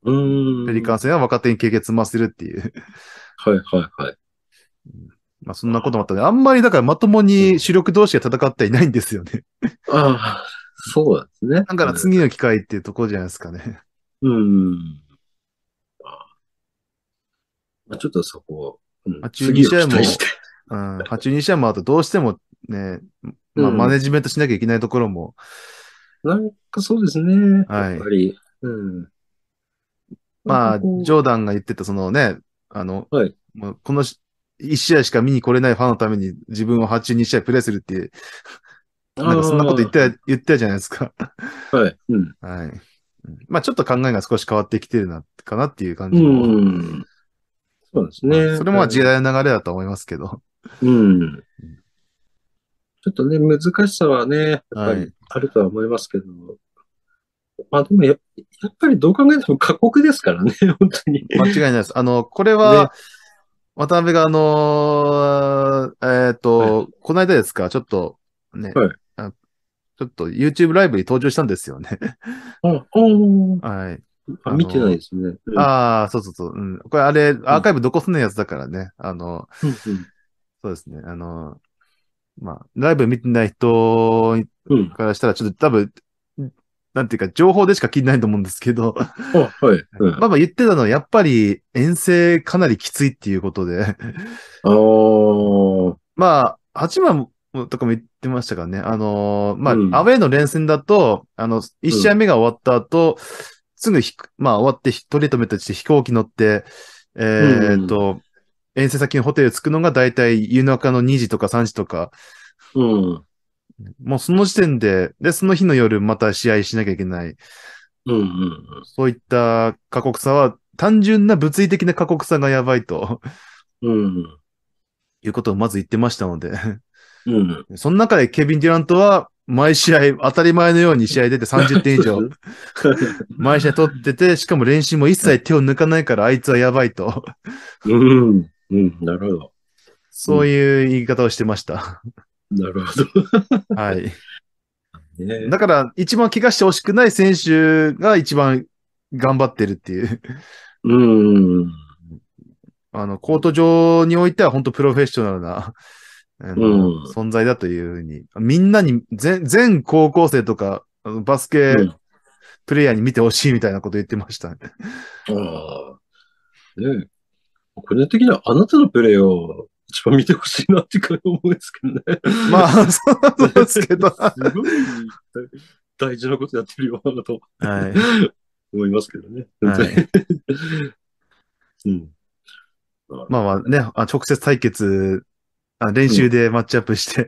Speaker 2: うーん。
Speaker 1: ペリカン戦は若手に経験積ませるっていう。
Speaker 2: はいはいはい。
Speaker 1: まあそんなこともあったね。あんまりだからまともに主力同士が戦ってはいないんですよ ね。
Speaker 2: ああ、そうなんですね。
Speaker 1: だから次の機会っていうところじゃないですかね。
Speaker 2: うん。あまあ、ちょっとそこ、うん
Speaker 1: まあ12試合も
Speaker 2: 次を期待して
Speaker 1: うん、82試合もあとどうしてもね、まあ、
Speaker 2: うん
Speaker 1: マネジメントしなきゃいけないところも、
Speaker 2: なんかそうですね。
Speaker 1: はい
Speaker 2: やっぱり。うん。
Speaker 1: まあ、ジ
Speaker 2: こう
Speaker 1: ョーダンが言ってたそのね、あの、
Speaker 2: はい
Speaker 1: もうこの1試合しか見に来れないファンのために自分を82試合プレイするっていう、なんかそんなこと言ってた、言ってたじゃないですか。
Speaker 2: あーはい。うん。
Speaker 1: はい。うんまあ、ちょっと考えが少し変わってきてるな、かなっていう感
Speaker 2: う
Speaker 1: じも。
Speaker 2: ん。そうですね。
Speaker 1: それもまあ時代の流れだと思いますけど。
Speaker 2: うん。ちょっとね、難しさはね、やっぱ
Speaker 1: はい
Speaker 2: りあるとは思いますけど、まあでもや、やっぱりどう考えても過酷ですからね、 本当に。
Speaker 1: 間違いないです。あの、これは、渡辺があのーえっ、と、
Speaker 2: は
Speaker 1: この間ですか、ちょっとね、
Speaker 2: はい
Speaker 1: あちょっと YouTube ライブに登場したんですよね。
Speaker 2: あ、おー
Speaker 1: はい。
Speaker 2: あ見てないですね。うん
Speaker 1: ああ、そうそうそう。うん、これあれ、アーカイブ残すねやつだからね。あの、
Speaker 2: うんうん
Speaker 1: そうですね。あの、まあ、ライブ見てない人
Speaker 2: うん。
Speaker 1: からしたら、ちょっと多分、なんていうか、情報でしか聞いてないと思うんですけ ど、
Speaker 2: あ、はい。うん
Speaker 1: まあまあ言ってたのは、やっぱり遠征かなりきついっていうことで、
Speaker 2: あー
Speaker 1: まあ、八幡もとかも言ってましたからね。あのーまあ、
Speaker 2: うん
Speaker 1: アウェイの連戦だと、あの、一試合目が終わった後、すぐひく、まあ、終わってひトリートメントして飛行機乗って、えーっと、遠征先のホテル着くのが大体夜中の2時とか3時とか、
Speaker 2: うん。
Speaker 1: もうその時点で、で、その日の夜また試合しなきゃいけない。
Speaker 2: うんうん
Speaker 1: そういった過酷さは、単純な物理的な過酷さがやばいと
Speaker 2: うん。
Speaker 1: いうことをまず言ってましたので。
Speaker 2: うん。うん。
Speaker 1: その中でケビン・デュラントは、毎試合、当たり前のように試合出て30点以 上、毎試合取ってて、しかも練習も一切手を抜かないから、あいつはやばいと、
Speaker 2: うん。うん。なるほど。
Speaker 1: そういう言い方をしてました。
Speaker 2: なるほど。
Speaker 1: はい。
Speaker 2: ね
Speaker 1: だから、一番怪我してほしくない選手が一番頑張ってるっていう。
Speaker 2: うん。
Speaker 1: あの、コート上においては本当プロフェッショナルな、あの
Speaker 2: うん
Speaker 1: 存在だというふうに、みんなに、全、全高校生とか、あのバスケ
Speaker 2: うん
Speaker 1: プレイヤーに見てほしいみたいなこと言ってましたね。
Speaker 2: ああ。ねえ。個人的にはあなたのプレーを一番見てほしいなっていう思うんですけどね。
Speaker 1: まあ、そうですけど。は
Speaker 2: すごい大事なことやってるよなと
Speaker 1: い。
Speaker 2: 思いますけどね。
Speaker 1: はい
Speaker 2: うん。
Speaker 1: まあまあね、あ直接対決、あ練習でマッチアップして、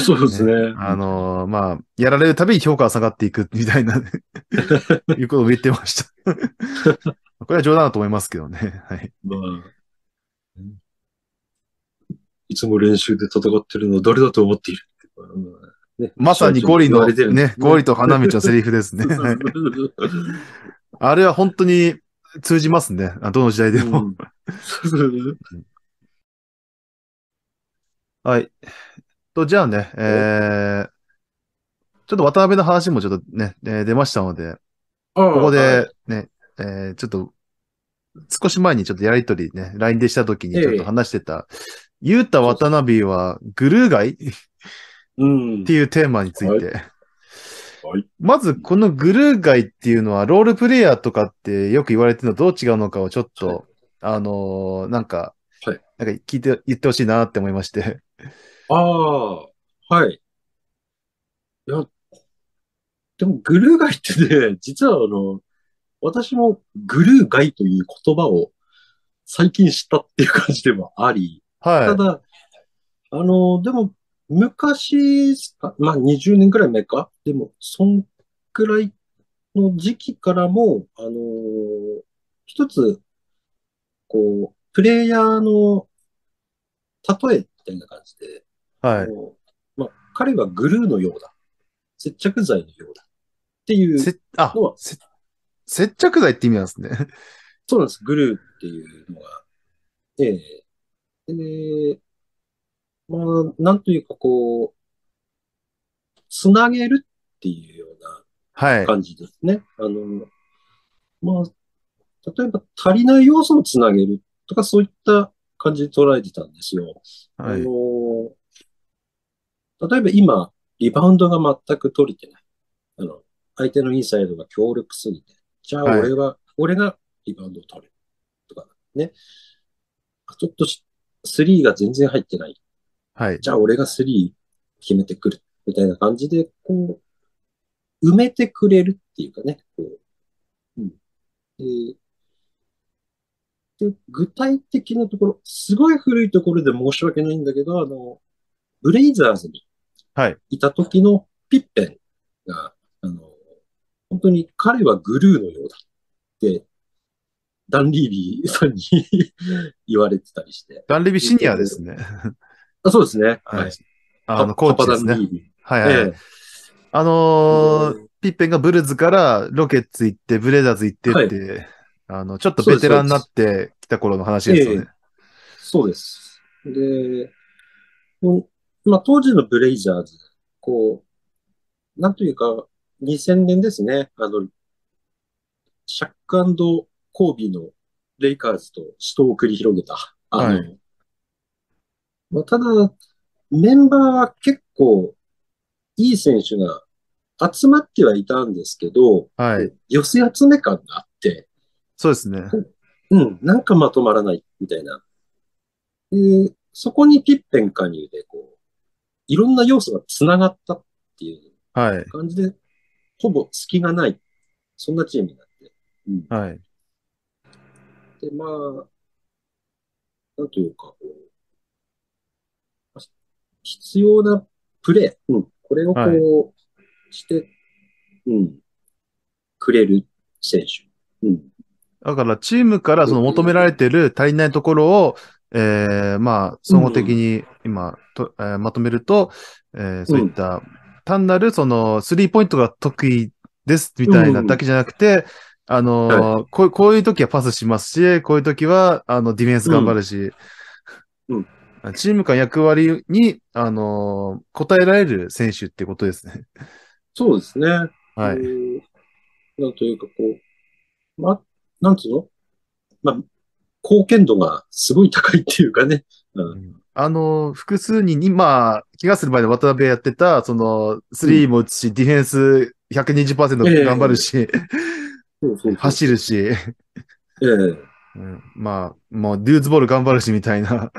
Speaker 2: そうですね。
Speaker 1: あのーまあ、やられるたびに評価が下がっていくみたい な、いうことを言ってました。これは冗談だと思いますけどね。はい。
Speaker 2: まあ、いつも練習で戦ってるのは誰だと思っているっていうね
Speaker 1: まさにゴリ
Speaker 2: 言わ
Speaker 1: の、
Speaker 2: れてるんです
Speaker 1: ね、ゴリと花道のセリフですね。はいあれは本当に通じますね。あどの時 代でも。
Speaker 2: うんそう
Speaker 1: はい。と、じゃあね、えー、ちょっと渡辺の話もちょっとね、えー出ましたので、
Speaker 2: ああ
Speaker 1: ここ
Speaker 2: はい
Speaker 1: でね、えーちょっと、少し前にちょっとやりとりね、LINE でしたときにちょっと話してた、ゆうた渡辺はグルー街っ
Speaker 2: うん。
Speaker 1: ていうテーマについて。
Speaker 2: はい
Speaker 1: まず、このグルー街っていうのは、ロールプレイヤーとかってよく言われてるのどう違うのかをちょっと、
Speaker 2: はい
Speaker 1: あのーなんか、
Speaker 2: はい
Speaker 1: なんか聞いて、言ってほしいなって思いまして。
Speaker 2: ああ、はい。いや、でもグルーガイってね、実はあの、私もグルーガイという言葉を最近知ったっていう感じでもあり、た
Speaker 1: は
Speaker 2: だ、あの、でも、昔っすか、まあ20年くらい前か、でも、そんくらいの時期からも、あの、一つ、こう、プレイヤーの例えみたいな感じで、
Speaker 1: い。はい。
Speaker 2: こうまあ、彼はグルーのようだ。接着剤のようだ。っていう、
Speaker 1: せ、あ
Speaker 2: のは、
Speaker 1: せ、接着剤って意味なんですね。
Speaker 2: そうなんです。グルーっていうのが。ええで、まあ、なんというかこう、つなげるっていうよう
Speaker 1: はい
Speaker 2: な。感じですね。あの、まあ、例えば足りない要素をつなげるとか、そういった感じで捉えてたんですよ。
Speaker 1: は
Speaker 2: あ
Speaker 1: い。
Speaker 2: の、例えば今、リバウンドが全く取れてない。あの、相手のインサイドが強力すぎて。じゃあ、
Speaker 1: はい
Speaker 2: 俺は、俺がリバウンドを取る。とか、ね。あちょっとし、スリーが全然入ってない。
Speaker 1: はい。
Speaker 2: じゃあ、俺がスリー決めてくる。みたいな感じで、こう、埋めてくれるっていうかね。こううん。で、で具体的なところ、すごい古いところで申し訳ないんだけど、あの、ブレイザーズに
Speaker 1: はい
Speaker 2: いた時のピッペンが、あの、本当に彼はグルーのようだって、ダン・リービーさんに 言われてたりして。
Speaker 1: ダンレビシニアですね。
Speaker 2: あそうですね。
Speaker 1: はい。あの、コー
Speaker 2: パ
Speaker 1: チです
Speaker 2: パダン・
Speaker 1: ね。
Speaker 2: リービー。
Speaker 1: はいはいはい。
Speaker 2: ええ
Speaker 1: あのー、ピッペンがブルズからロケッツ行って、ブレーザーズ行ってって、あの、ちょっとベテランになってきた頃の話ですよね。
Speaker 2: そうです。で、もうまあ、当時のブレイザーズ、こう、なんというか、2000年ですね、あの、シャックコービーのレイカーズと死闘を繰り広げた。あの、
Speaker 1: は
Speaker 2: まあ、ただ、メンバーは結構いい選手が集まってはいたんですけど、
Speaker 1: はい。
Speaker 2: 寄せ集め感があって、
Speaker 1: そうですね。
Speaker 2: うん、なんかまとまらない、みたいな。で、そこにピッペン加入で、こう、いろんな要素が繋がったってい。
Speaker 1: はいう
Speaker 2: 感じで、ほぼ隙がない、そんなチームになって。うん。
Speaker 1: はい。
Speaker 2: で、まあ、なんというか、こう、必要なプレイ、うん、これをこ、
Speaker 1: はいう
Speaker 2: して、うん、くれる選手。うん。
Speaker 1: だから、チームからその求められてる足りないところを、えー、まあ、総合的に今、とえーまとめると、えーそういった、単なるその、スリーポイントが得意ですみたいなだけじゃなくて、あのーこう、こういう時はパスしますし、こういう時は、あの、ディフェンス頑張るし、
Speaker 2: うん
Speaker 1: チーム間役割に、あのー応えられる選手ってことですね。
Speaker 2: そうですね。
Speaker 1: は
Speaker 2: う
Speaker 1: い。
Speaker 2: んなんというかこう、ま、なんつうのまあ、貢献度がすごい高いっていうかね。うん。
Speaker 1: あの、複数人に、まあ、怪我する前で渡辺やってた、その、スリーも打つし、ディフェンス120%頑張るし、
Speaker 2: そうそうそう
Speaker 1: 走るし、
Speaker 2: ええ
Speaker 1: うん、まあ、もう、デューズボール頑張るしみたい な。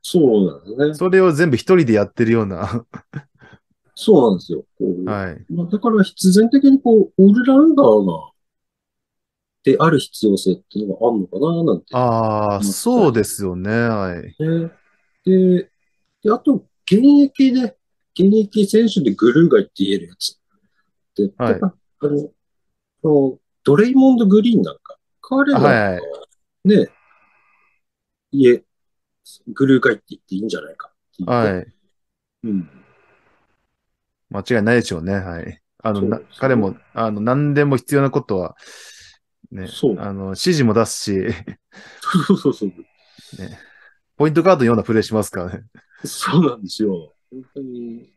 Speaker 2: そうなんですね。
Speaker 1: それを全部一人でやってるような。
Speaker 2: そうなんですよ。こう
Speaker 1: はい。
Speaker 2: まあ、だから必然的にこう、オールラウンダーが、である必要性っていうのがあるのかな、なんて。
Speaker 1: ああ、そうですよね。はい。
Speaker 2: ねで、で、あと、現役で、現役選手でグルーガイって言えるやつ。で、
Speaker 1: はい
Speaker 2: やっぱあの、このドレイモンド・グリーンなんか、彼ら
Speaker 1: はいはい
Speaker 2: ね、いえ、グルーガイって言っていいんじゃないかっていう
Speaker 1: はい。
Speaker 2: うん。
Speaker 1: 間違いないでしょうね。はい。あの、
Speaker 2: そう
Speaker 1: な
Speaker 2: そう
Speaker 1: 彼も、あの、何でも必要なことは、ね、
Speaker 2: そう
Speaker 1: あの、指示も出すし、
Speaker 2: そうそうそう。
Speaker 1: ポイントガードのようなプレーしますからね。
Speaker 2: そうなんですよ。本当に。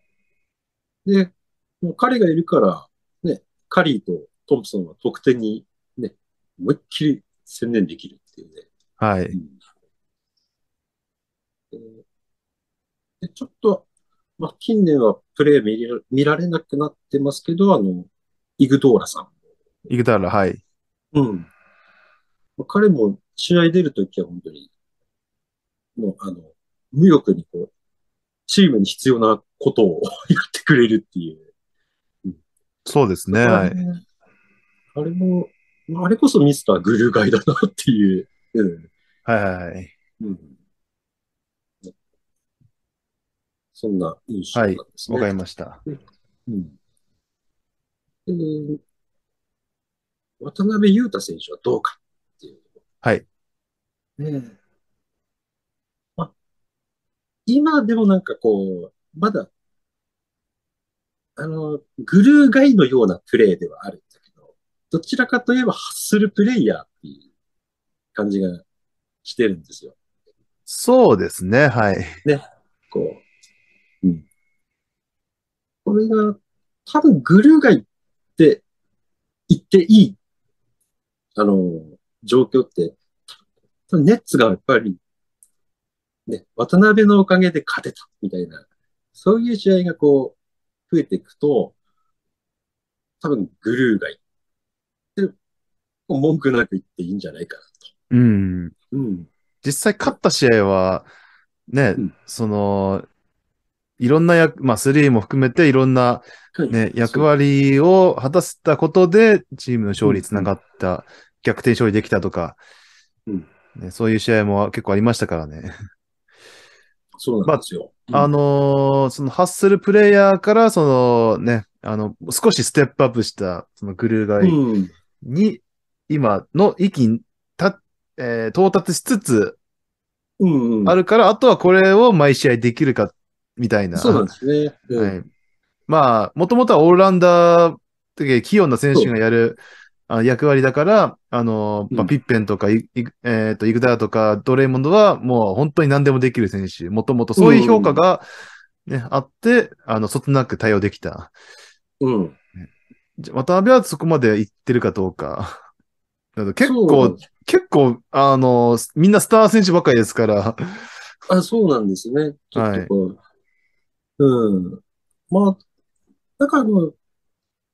Speaker 2: で、もう彼がいるから、ね、カリーとトンプソンは得点に、ね、思いっきり専念できるっていうね。
Speaker 1: はい。
Speaker 2: うんでちょっと、まあ、近年はプレー見れ見られなくなってますけど、あの、イグドーラさ
Speaker 1: イグダール、はい。
Speaker 2: ん。うん。まあ彼も試合出るときは本当に、もうあの、無欲にこう、チームに必要なことを やってくれるっていう。
Speaker 1: そうですね。はい。
Speaker 2: あれも、まああれこそミスターグルーガイだなっていう。うん
Speaker 1: はいはいはい。
Speaker 2: うんそんな印象な
Speaker 1: は
Speaker 2: ん
Speaker 1: い
Speaker 2: ですね。
Speaker 1: わかりました。
Speaker 2: うんえー渡辺裕太選手はどうかっていう。
Speaker 1: はい。
Speaker 2: ねえあ今でもなんかこう、まだ、あの、グルーガイのようなプレーではあるんだけど、どちらかといえばハッスルプレイヤーっていう感じがしてるんですよ。
Speaker 1: そうですね。はい。
Speaker 2: こう。うん。これが、多分グルーガイって言っていい、あの、状況って、多分ネッツがやっぱり、ね、渡辺のおかげで勝てた、みたいな、そういう試合がこう、増えていくと、多分グルーガイって、こう文句なく言っていいんじゃないかな
Speaker 1: うん。
Speaker 2: と。うん。
Speaker 1: 実際勝った試合は、ね、
Speaker 2: うん
Speaker 1: その、いろんな役、まあ、スリーも含めていろんな、ね、役割を果たせたことで、チームの勝利につながった、逆転勝利できたとか、
Speaker 2: うん
Speaker 1: ね、そういう試合も結構ありましたからね。
Speaker 2: そうなんですよ。うん
Speaker 1: あのーそのハッスルプレイヤーから、そのね、あの、少しステップアップした、そのグルーガイ
Speaker 2: うん。
Speaker 1: に、今の域にた、えー到達しつつ
Speaker 2: うん、うん
Speaker 1: あ。るから、あとはこれを毎試合できるか、みたいな。
Speaker 2: そうなんですね。うん
Speaker 1: はい。まあ、もともとはオールラウンダーって、器用な選手がやるあ役割だから、あの、ま
Speaker 2: う
Speaker 1: あ、
Speaker 2: ん
Speaker 1: ピッペンとか、いいえっ、と、イグダーとか、ドレイモンドは、もう本当に何でもできる選手。もともとそういう評価が、ね、あって、あの、そつなく対応できた。
Speaker 2: うん。
Speaker 1: じゃ渡辺はそこまで行ってるかどうか。 だから結
Speaker 2: そうなん
Speaker 1: 構
Speaker 2: で、す。
Speaker 1: 結構、あの、みんなスター選手ばっかりですから。
Speaker 2: あ、そうなんですね。ちょっとこう。うん。まあ、だからもう、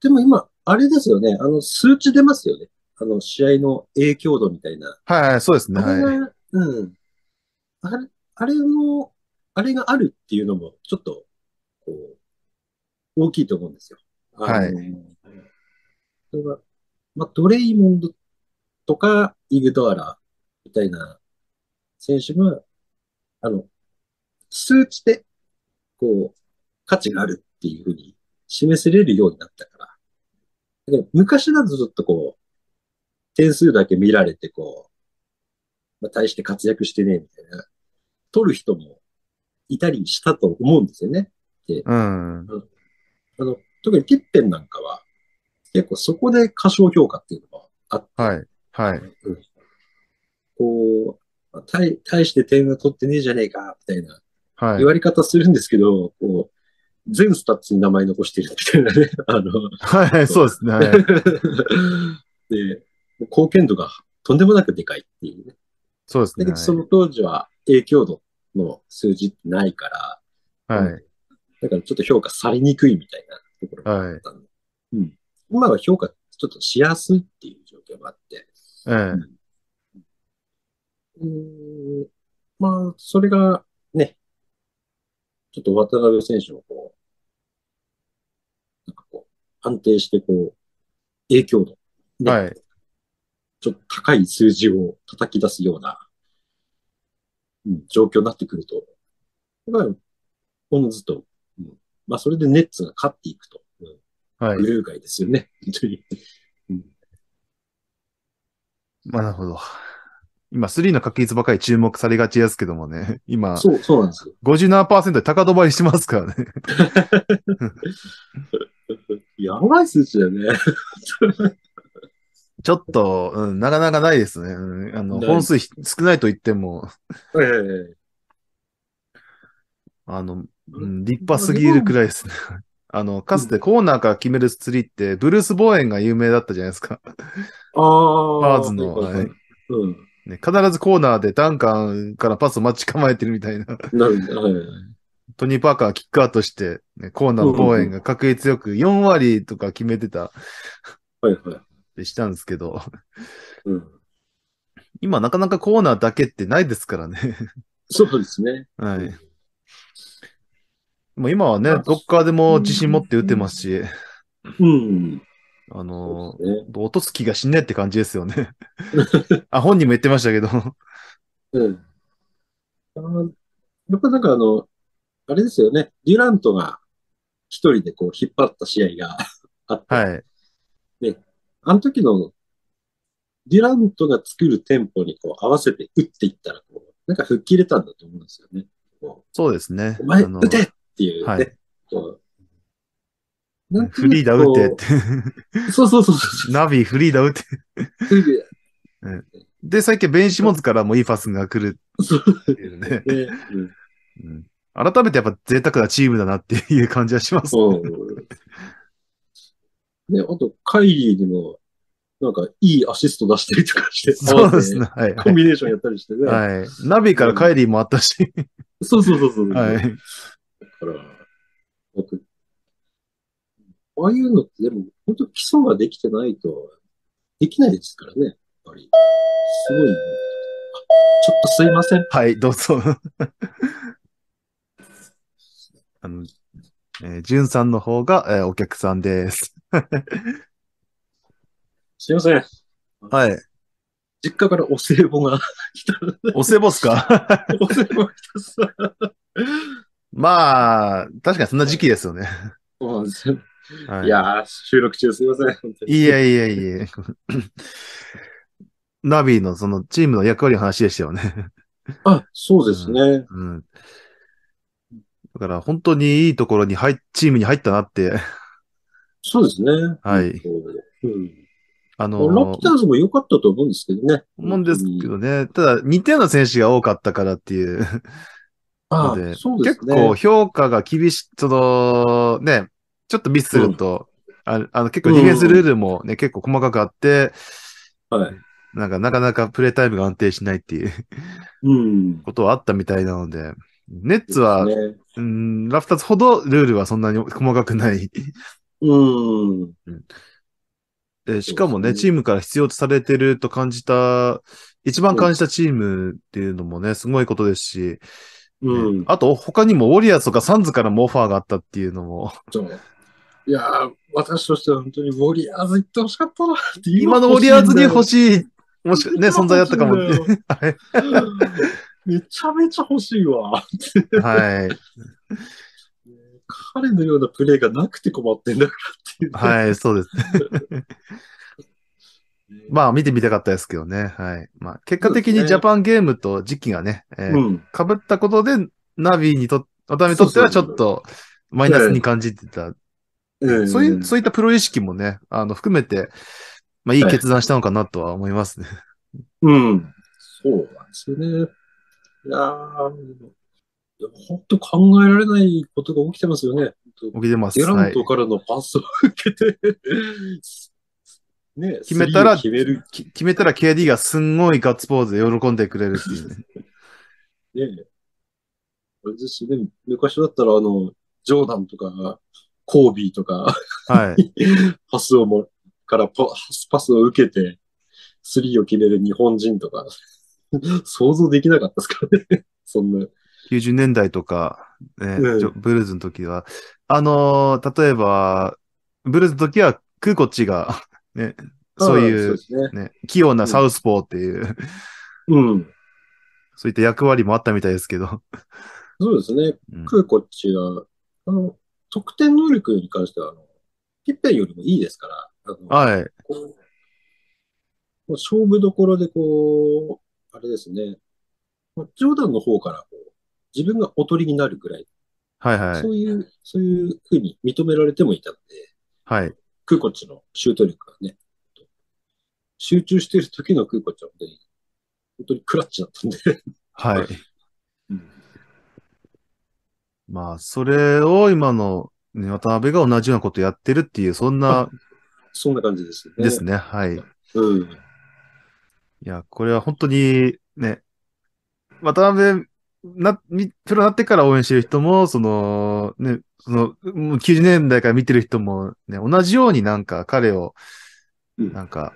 Speaker 2: でも今、あれですよね。あの、数値出ますよね。あの、試合の影響度みたいな。
Speaker 1: はいはい、そうですね。
Speaker 2: あれ
Speaker 1: はい。
Speaker 2: が、うん。あれ、あれの、あれがあるっていうのも、ちょっと、こう、大きいと思うんですよ。
Speaker 1: はい
Speaker 2: あの。それが、まあ、ドレイモンドとか、イグドアラみたいな選手が、あの、数値で、こう、価値があるっていうふうに示せれるようになったから。だから昔だとちょっとこう、点数だけ見られて、こう、まあ、大して活躍してねえみたいな、取る人もいたりしたと思うんですよね。
Speaker 1: うん。
Speaker 2: あの、特にピッペンなんかは、結構そこで過小評価っていうのがあって、
Speaker 1: はい。はい。
Speaker 2: うんこう、まあ大大して点が取ってねえじゃねえか、みたいな
Speaker 1: はい
Speaker 2: 言。われ方するんですけど、こう、全スタッツに名前残してるみたいなね、 あの、
Speaker 1: はいはい、そうですね。はい
Speaker 2: で、貢献度がとんでもなくでかいっていうね。
Speaker 1: そうですね。
Speaker 2: だけど、その当時は影響度の数字ってないから、
Speaker 1: はい。
Speaker 2: だからちょっと評価されにくいみたいなところがあったんで、うん。今は評価ちょっとしやすいっていう状況もあって、
Speaker 1: ええ
Speaker 2: うーん、まあ、それが、ね、ちょっと渡辺選手のこう、なんかこう、安定してこう、影響度、ね
Speaker 1: はい。
Speaker 2: ちょっと高い数字を叩き出すような、うん、状況になってくると、やっぱり、おのずと、うん、まあ、それでネッツが勝っていくと、うん
Speaker 1: はい
Speaker 2: グ。ルーガイですよね、本当に。
Speaker 1: まあ、なるほど。今、3の確率ばかり注目されがちですけどもね。今、
Speaker 2: そう、そうなんですよ。
Speaker 1: 57%で高止まりしてますからね。
Speaker 2: やばい数値だよね。
Speaker 1: ちょっと、うん、なかなかないですね。うん、あの、
Speaker 2: ない
Speaker 1: 本数ひ少ないと言っても、
Speaker 2: ええ
Speaker 1: あの、うん、立派すぎるくらいですね。 あの、かつてコーナーから決めるスリーって、ブルース・ボーエンが有名だったじゃないですか。
Speaker 2: ああ。
Speaker 1: バーズの
Speaker 2: はいはいはいうん。
Speaker 1: ね、必ずコーナーでダンカンからパスを待ち構えてるみたいな。
Speaker 2: なるんだ。はいはい
Speaker 1: トニー・パーカーがキックアウトして、ね、コーナーのボーエンが確率よく4割とか決めてた
Speaker 2: はいはい。
Speaker 1: りしたんですけど、
Speaker 2: うん。
Speaker 1: 今なかなかコーナーだけってないですからね。
Speaker 2: そうですね。
Speaker 1: はい。もう今はね、どっかでも自信持って打てますし、
Speaker 2: うん。
Speaker 1: あ
Speaker 2: そ
Speaker 1: の
Speaker 2: うですね。
Speaker 1: ー、落とす気がしねえって感じですよね。あ、本人も言ってましたけど。
Speaker 2: うん。あーやっぱなんかあの、あれですよね。デュラントが一人でこう引っ張った試合があって、
Speaker 1: はい。
Speaker 2: あの時のデュラントが作るテンポにこう合わせて打っていったら、こう、なんか吹っ切れたんだと思うんですよね。こ
Speaker 1: そうですね
Speaker 2: うお前、。
Speaker 1: あの
Speaker 2: 打てっていうね、
Speaker 1: はい
Speaker 2: こう。なんと
Speaker 1: フ
Speaker 2: なく
Speaker 1: リーダ打てっ
Speaker 2: こ
Speaker 1: て。
Speaker 2: うそうそうそうそう。
Speaker 1: ナビフリーダ打て。で、最近ベンシモンズからもいいパスが来る
Speaker 2: そう
Speaker 1: っていうね。
Speaker 2: ね。うん
Speaker 1: うん改めてやっぱ贅沢なチームだなっていう感じはします。
Speaker 2: うん。ね、あと、カイリーにも、なんか、いいアシスト出したりとかして、
Speaker 1: そうですね。はい。
Speaker 2: 合わせてコンビネーションやったりしてね。
Speaker 1: はい。ナビからカイリーもあったし。
Speaker 2: そうそうそうそう。
Speaker 1: は
Speaker 2: だか
Speaker 1: い。
Speaker 2: ら、僕、ああいうのって、でも、本当基礎ができてないと、できないですからね、やっぱり。すごい。あちょっとすいません。
Speaker 1: はい、どうぞ。 あの、えー、ジュンさんの方が、えーお客さんです。
Speaker 2: すいません。
Speaker 1: はい。
Speaker 2: 実家からお歳暮が来た。
Speaker 1: お歳暮っすか
Speaker 2: お歳暮が来た さ。
Speaker 1: まあ、確かにそんな時期ですよね。
Speaker 2: そうなんですよ
Speaker 1: はい
Speaker 2: やー、収録中すいません。本当に
Speaker 1: い。いえいえいえ。 ナビのそのチームの役割の話でしたよね。
Speaker 2: あ、そうですね。
Speaker 1: うん。だから本当にいいところに入っ、チームに入ったなって。
Speaker 2: そうですね。
Speaker 1: はい。
Speaker 2: うん。
Speaker 1: あ
Speaker 2: ラ
Speaker 1: の
Speaker 2: プターズも良かったと思うんですけどね。
Speaker 1: 思うんですけどね。ただ、似たような選手が多かったからっていう。の
Speaker 2: あ
Speaker 1: で
Speaker 2: そうです
Speaker 1: 結
Speaker 2: ね。
Speaker 1: 構評価が厳し、その、ね、ちょっとミスすると、あのあの結構ディフェンスルールもね、結構細かくあって、
Speaker 2: はい。
Speaker 1: なんかなかなかプレイタイムが安定しないっていう
Speaker 2: うん。
Speaker 1: ことはあったみたいなので、ネッツは、
Speaker 2: ですね
Speaker 1: うん、ラフターズほどルールはそんなに細かく ない。
Speaker 2: うん。
Speaker 1: でしかもね、
Speaker 2: そうです
Speaker 1: チ
Speaker 2: ね
Speaker 1: ームから必要とされてると感じた、一番感じたチームっていうのもね、すごいことですし、
Speaker 2: うん。
Speaker 1: あと他にもウォリアーズとかサンズからもオファーがあったっていうのも、
Speaker 2: そういやー、私としては本当にウォリアーズ行ってほしかったなって
Speaker 1: 今のウォリアーズに欲
Speaker 2: い
Speaker 1: しい、もしくは
Speaker 2: んだ
Speaker 1: ね、
Speaker 2: よ
Speaker 1: 存在だったかも。
Speaker 2: 今欲しいん
Speaker 1: は
Speaker 2: だよ めちゃめちゃ欲しいわ。
Speaker 1: い。 はい。
Speaker 2: 彼のようなプレーがなくて困ってんだからっていうね。
Speaker 1: はい、そうです。
Speaker 2: い
Speaker 1: まあ、見てみたかったですけどね。はい。まあ、結果的
Speaker 2: そうです
Speaker 1: に
Speaker 2: ね
Speaker 1: ジャパンゲームと時期がね、え
Speaker 2: う
Speaker 1: ー
Speaker 2: ん。
Speaker 1: 被ったことで、ナビにとっ、渡辺にとってはちょっと、マイナスに感じてた
Speaker 2: うん
Speaker 1: そういう、そういったプロ意識もね、あの、含めて、まあ、いい決断したのかなとは思いますね。
Speaker 2: うん。そうなんですよね。いやーでも本当考えられないことが起きてますよね。本当
Speaker 1: 起きてます。
Speaker 2: デュ
Speaker 1: は
Speaker 2: ラン
Speaker 1: い。
Speaker 2: トからのパスを受けて、 ね、
Speaker 1: 決めたら
Speaker 2: スリーを決める、
Speaker 1: き決めたら KD がすんごいガッツポーズで喜んでくれるっていうね。
Speaker 2: ね。あれですね、昔だったら、あの、ジョーダンとか、コービーとか、
Speaker 1: はい。
Speaker 2: パスをも、からパスパスを受けて、スリーを決める日本人とか、 想像できなかったですからね。 そんな。
Speaker 1: 90年代とか、ね
Speaker 2: うん
Speaker 1: ちょブルーズの時は、あのー例えば、ブルーズの時は、クーコッチが、 ね、そうい
Speaker 2: ああそう
Speaker 1: う
Speaker 2: で、すね。
Speaker 1: ね、器用なサウスポーっていう、
Speaker 2: うん。
Speaker 1: そういった役割もあったみたいですけど。
Speaker 2: そうですね。
Speaker 1: うん
Speaker 2: クーコッチが、あの、得点能力に関しては、あの、ピッペンよりもいいですから、あの、
Speaker 1: はい。
Speaker 2: こう、もう勝負どころでこう、あれですね、まあジョーダンの方からこう自分がおとりになるぐらい、
Speaker 1: はいはい
Speaker 2: そ。ういう、そういうふうに認められてもいたので、
Speaker 1: はい。
Speaker 2: クーコッチのシュート力がね、集中している時のクーコッチは本当に、本当にクラッチだったんで。
Speaker 1: はい。
Speaker 2: うん
Speaker 1: まあ、それを今の、ね、渡辺が同じようなことやってるっていう、そんな
Speaker 2: そんな感じですね。
Speaker 1: ですね。はい。い
Speaker 2: うん。
Speaker 1: や、これは本当に、ね、渡辺、な、みプロになってから応援してる人も、その、ね、その、もう90年代から見てる人も、ね、同じようになんか彼を、
Speaker 2: うん
Speaker 1: なんか、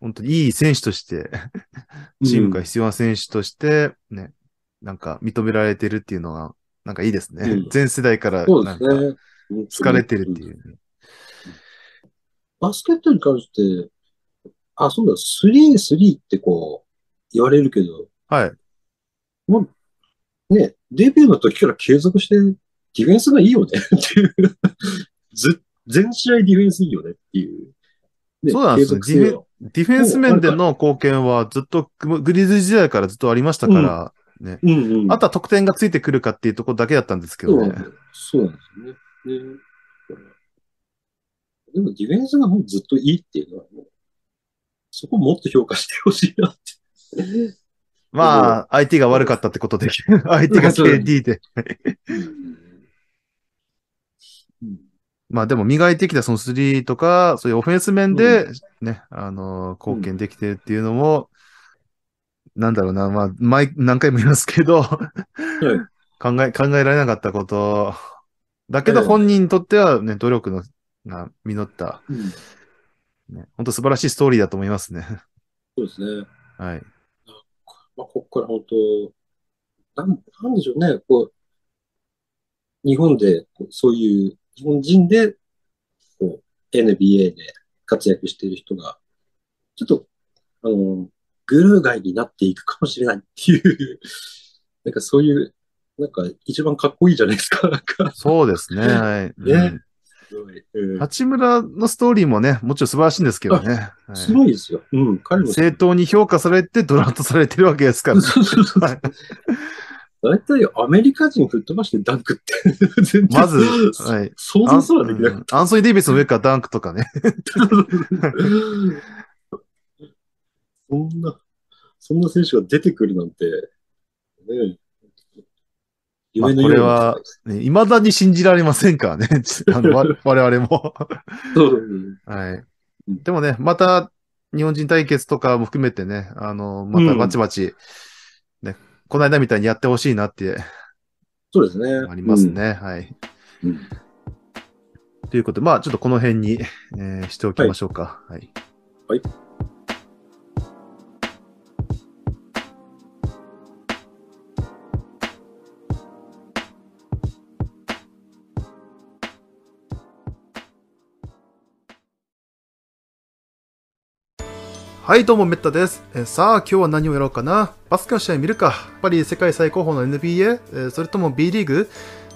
Speaker 1: 本当にいい選手として、チームが必要な選手として、ね、なんか認められてるっていうのが、なんかいいですね。
Speaker 2: うん
Speaker 1: 全世代から、
Speaker 2: そう
Speaker 1: なんか、
Speaker 2: ですね。
Speaker 1: 好かれてるってい
Speaker 2: うん。
Speaker 1: う。
Speaker 2: バスケットに関して、あ、そうだ、3、3ってこう、言われるけど、
Speaker 1: はい。
Speaker 2: ね、デビューの時から継続して、ディフェンスがいいよねっていう。 ず、全試合ディフェンスいいよねっていう。
Speaker 1: そうなんですよ
Speaker 2: 継続性は
Speaker 1: ディフェンス面での貢献はずっと、グリズリー時代からずっとありましたから、
Speaker 2: うんうん。
Speaker 1: あとは得点がついてくるかっていうところだけだったんですけ
Speaker 2: そう
Speaker 1: ど
Speaker 2: なん
Speaker 1: ね
Speaker 2: です。よ。そうなんですよね。ねだからでもディフェンスがもうずっといいっていうのはもう、そこもっと評価してほしいなって。
Speaker 1: まあ、相手が悪かったってことで、相手が KD で。
Speaker 2: うん
Speaker 1: まあでも磨いてきたその3とか、そういうオフェンス面で、ね、あのー、貢献できてるっていうのも、なんだろうな、まあ、毎、何回も言いますけど、考え、考えられなかったこと、だけ
Speaker 2: え
Speaker 1: ど
Speaker 2: え
Speaker 1: 本人にとってはね、努力の、が実った、
Speaker 2: うん
Speaker 1: ね、本当素晴らしいストーリーだと思いますね。
Speaker 2: そうですね。
Speaker 1: はい。
Speaker 2: まあ、ここから本当、なん、なんでしょうね、こう、日本で、こうそういう、日本人で、こう、NBA で活躍している人が、ちょっと、あの、グルー外になっていくかもしれないっていう、 なんかそういう、なんか一番かっこいいじゃないですか、なんか。
Speaker 1: そうですね。 はい。うん
Speaker 2: すごい。うん
Speaker 1: 八村のストーリーもね、もちろん素晴らしいんですけ どね。はい
Speaker 2: すごいですよ。うん、彼も。
Speaker 1: 正当に評価されてドラフトされてるわけです から、
Speaker 2: そうそうそう
Speaker 1: はい
Speaker 2: 大体アメリカ人吹っ飛ばしてダンクって、全然
Speaker 1: まず、はい。
Speaker 2: 想像すらできな
Speaker 1: う
Speaker 2: かっ
Speaker 1: んアンソニー・デイビスの上からダンクとかね。
Speaker 2: た。そんな、そんな選手が出てくるなんて、ねえ
Speaker 1: まあ
Speaker 2: 夢のよう
Speaker 1: これは未だに信じられませんからね。 あのわ我々も。
Speaker 2: そう
Speaker 1: はい。
Speaker 2: うん
Speaker 1: でもね、また日本人対決とかも含めてね、あの、またバチバチ、ね、この間みたいにやってほしいなって
Speaker 2: そうですね。
Speaker 1: ありますね。はい。
Speaker 2: うん。
Speaker 1: ということで、まあちょっとこの辺に、えーしておきましょうか。はい。
Speaker 2: はい
Speaker 1: はい、どうも、めったです。えーさあ、今日は何をやろうかなバスケの試合見るかやっぱり世界最高峰の NBA? えーそれとも B リーグ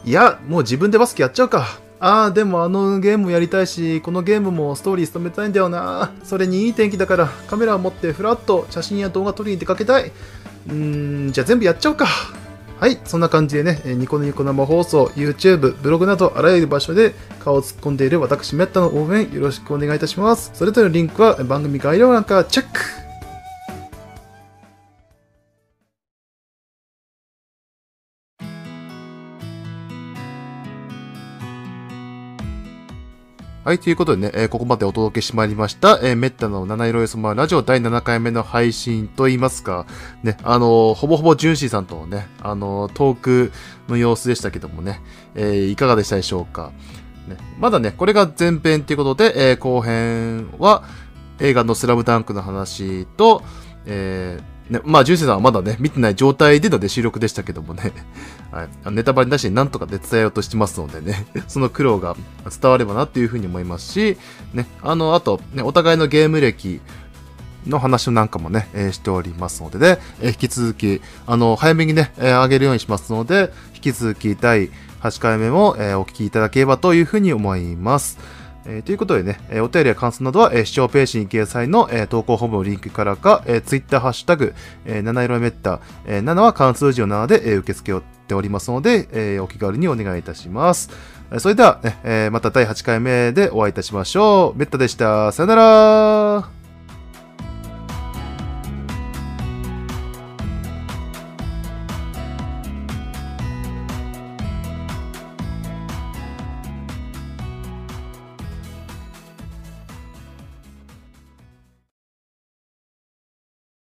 Speaker 1: いや、もう自分でバスケやっちゃうか。ああ、でもあのゲームもやりたいし、このゲームもストーリー務めたいんだよな。それにいい天気だから、カメラを持ってふらっと写真や動画撮りに出かけたい。うーん、じゃあ全部やっちゃおうか。はい、そんな感じでね、えーニコニコ生放送、YouTube、ブログなどあらゆる場所で顔を突っ込んでいる私、メッタの応援よろしくお願いいたします。それぞれのリンクは番組概要欄からチェックはい、ということでね、えーここまでお届けしてまいりました、えー、メッタの七色よそまラジオ第7回目の配信といいますか、ね、あのーほぼほぼジュンシーさんとのね、あのートークの様子でしたけどもね、えーいかがでしたでしょうか。ね、まだね、これが前編ということで、えー後編は映画のスラムダンクの話と、えーね、まあ、ジュースさんはまだね、見てない状態での、ね、収録でしたけどもね、 はい、あのネタバレなしになんとかで伝えようとしてますのでね、 その苦労が伝わればなっていうふうに思いますし、ね、あの、あと、ね、お互いのゲーム歴の話なんかもね、えーしておりますのでね、えー引き続き、あの、早めにね、えー上げるようにしますので、引き続き第8回目も、えーお聞きいただければというふうに思います。えーということでね、えーお便りや感想などは、えー視聴ページに掲載の、えー投稿本部のリンクからか、えー、Twitter ハッシュタグ、えー七色メッタ、えー7は関数字の7で、えー受け付けておりますので、えーお気軽にお願いいたします。えーそれではね、えーまた第8回目でお会いいたしましょう。メッタでした。さよなら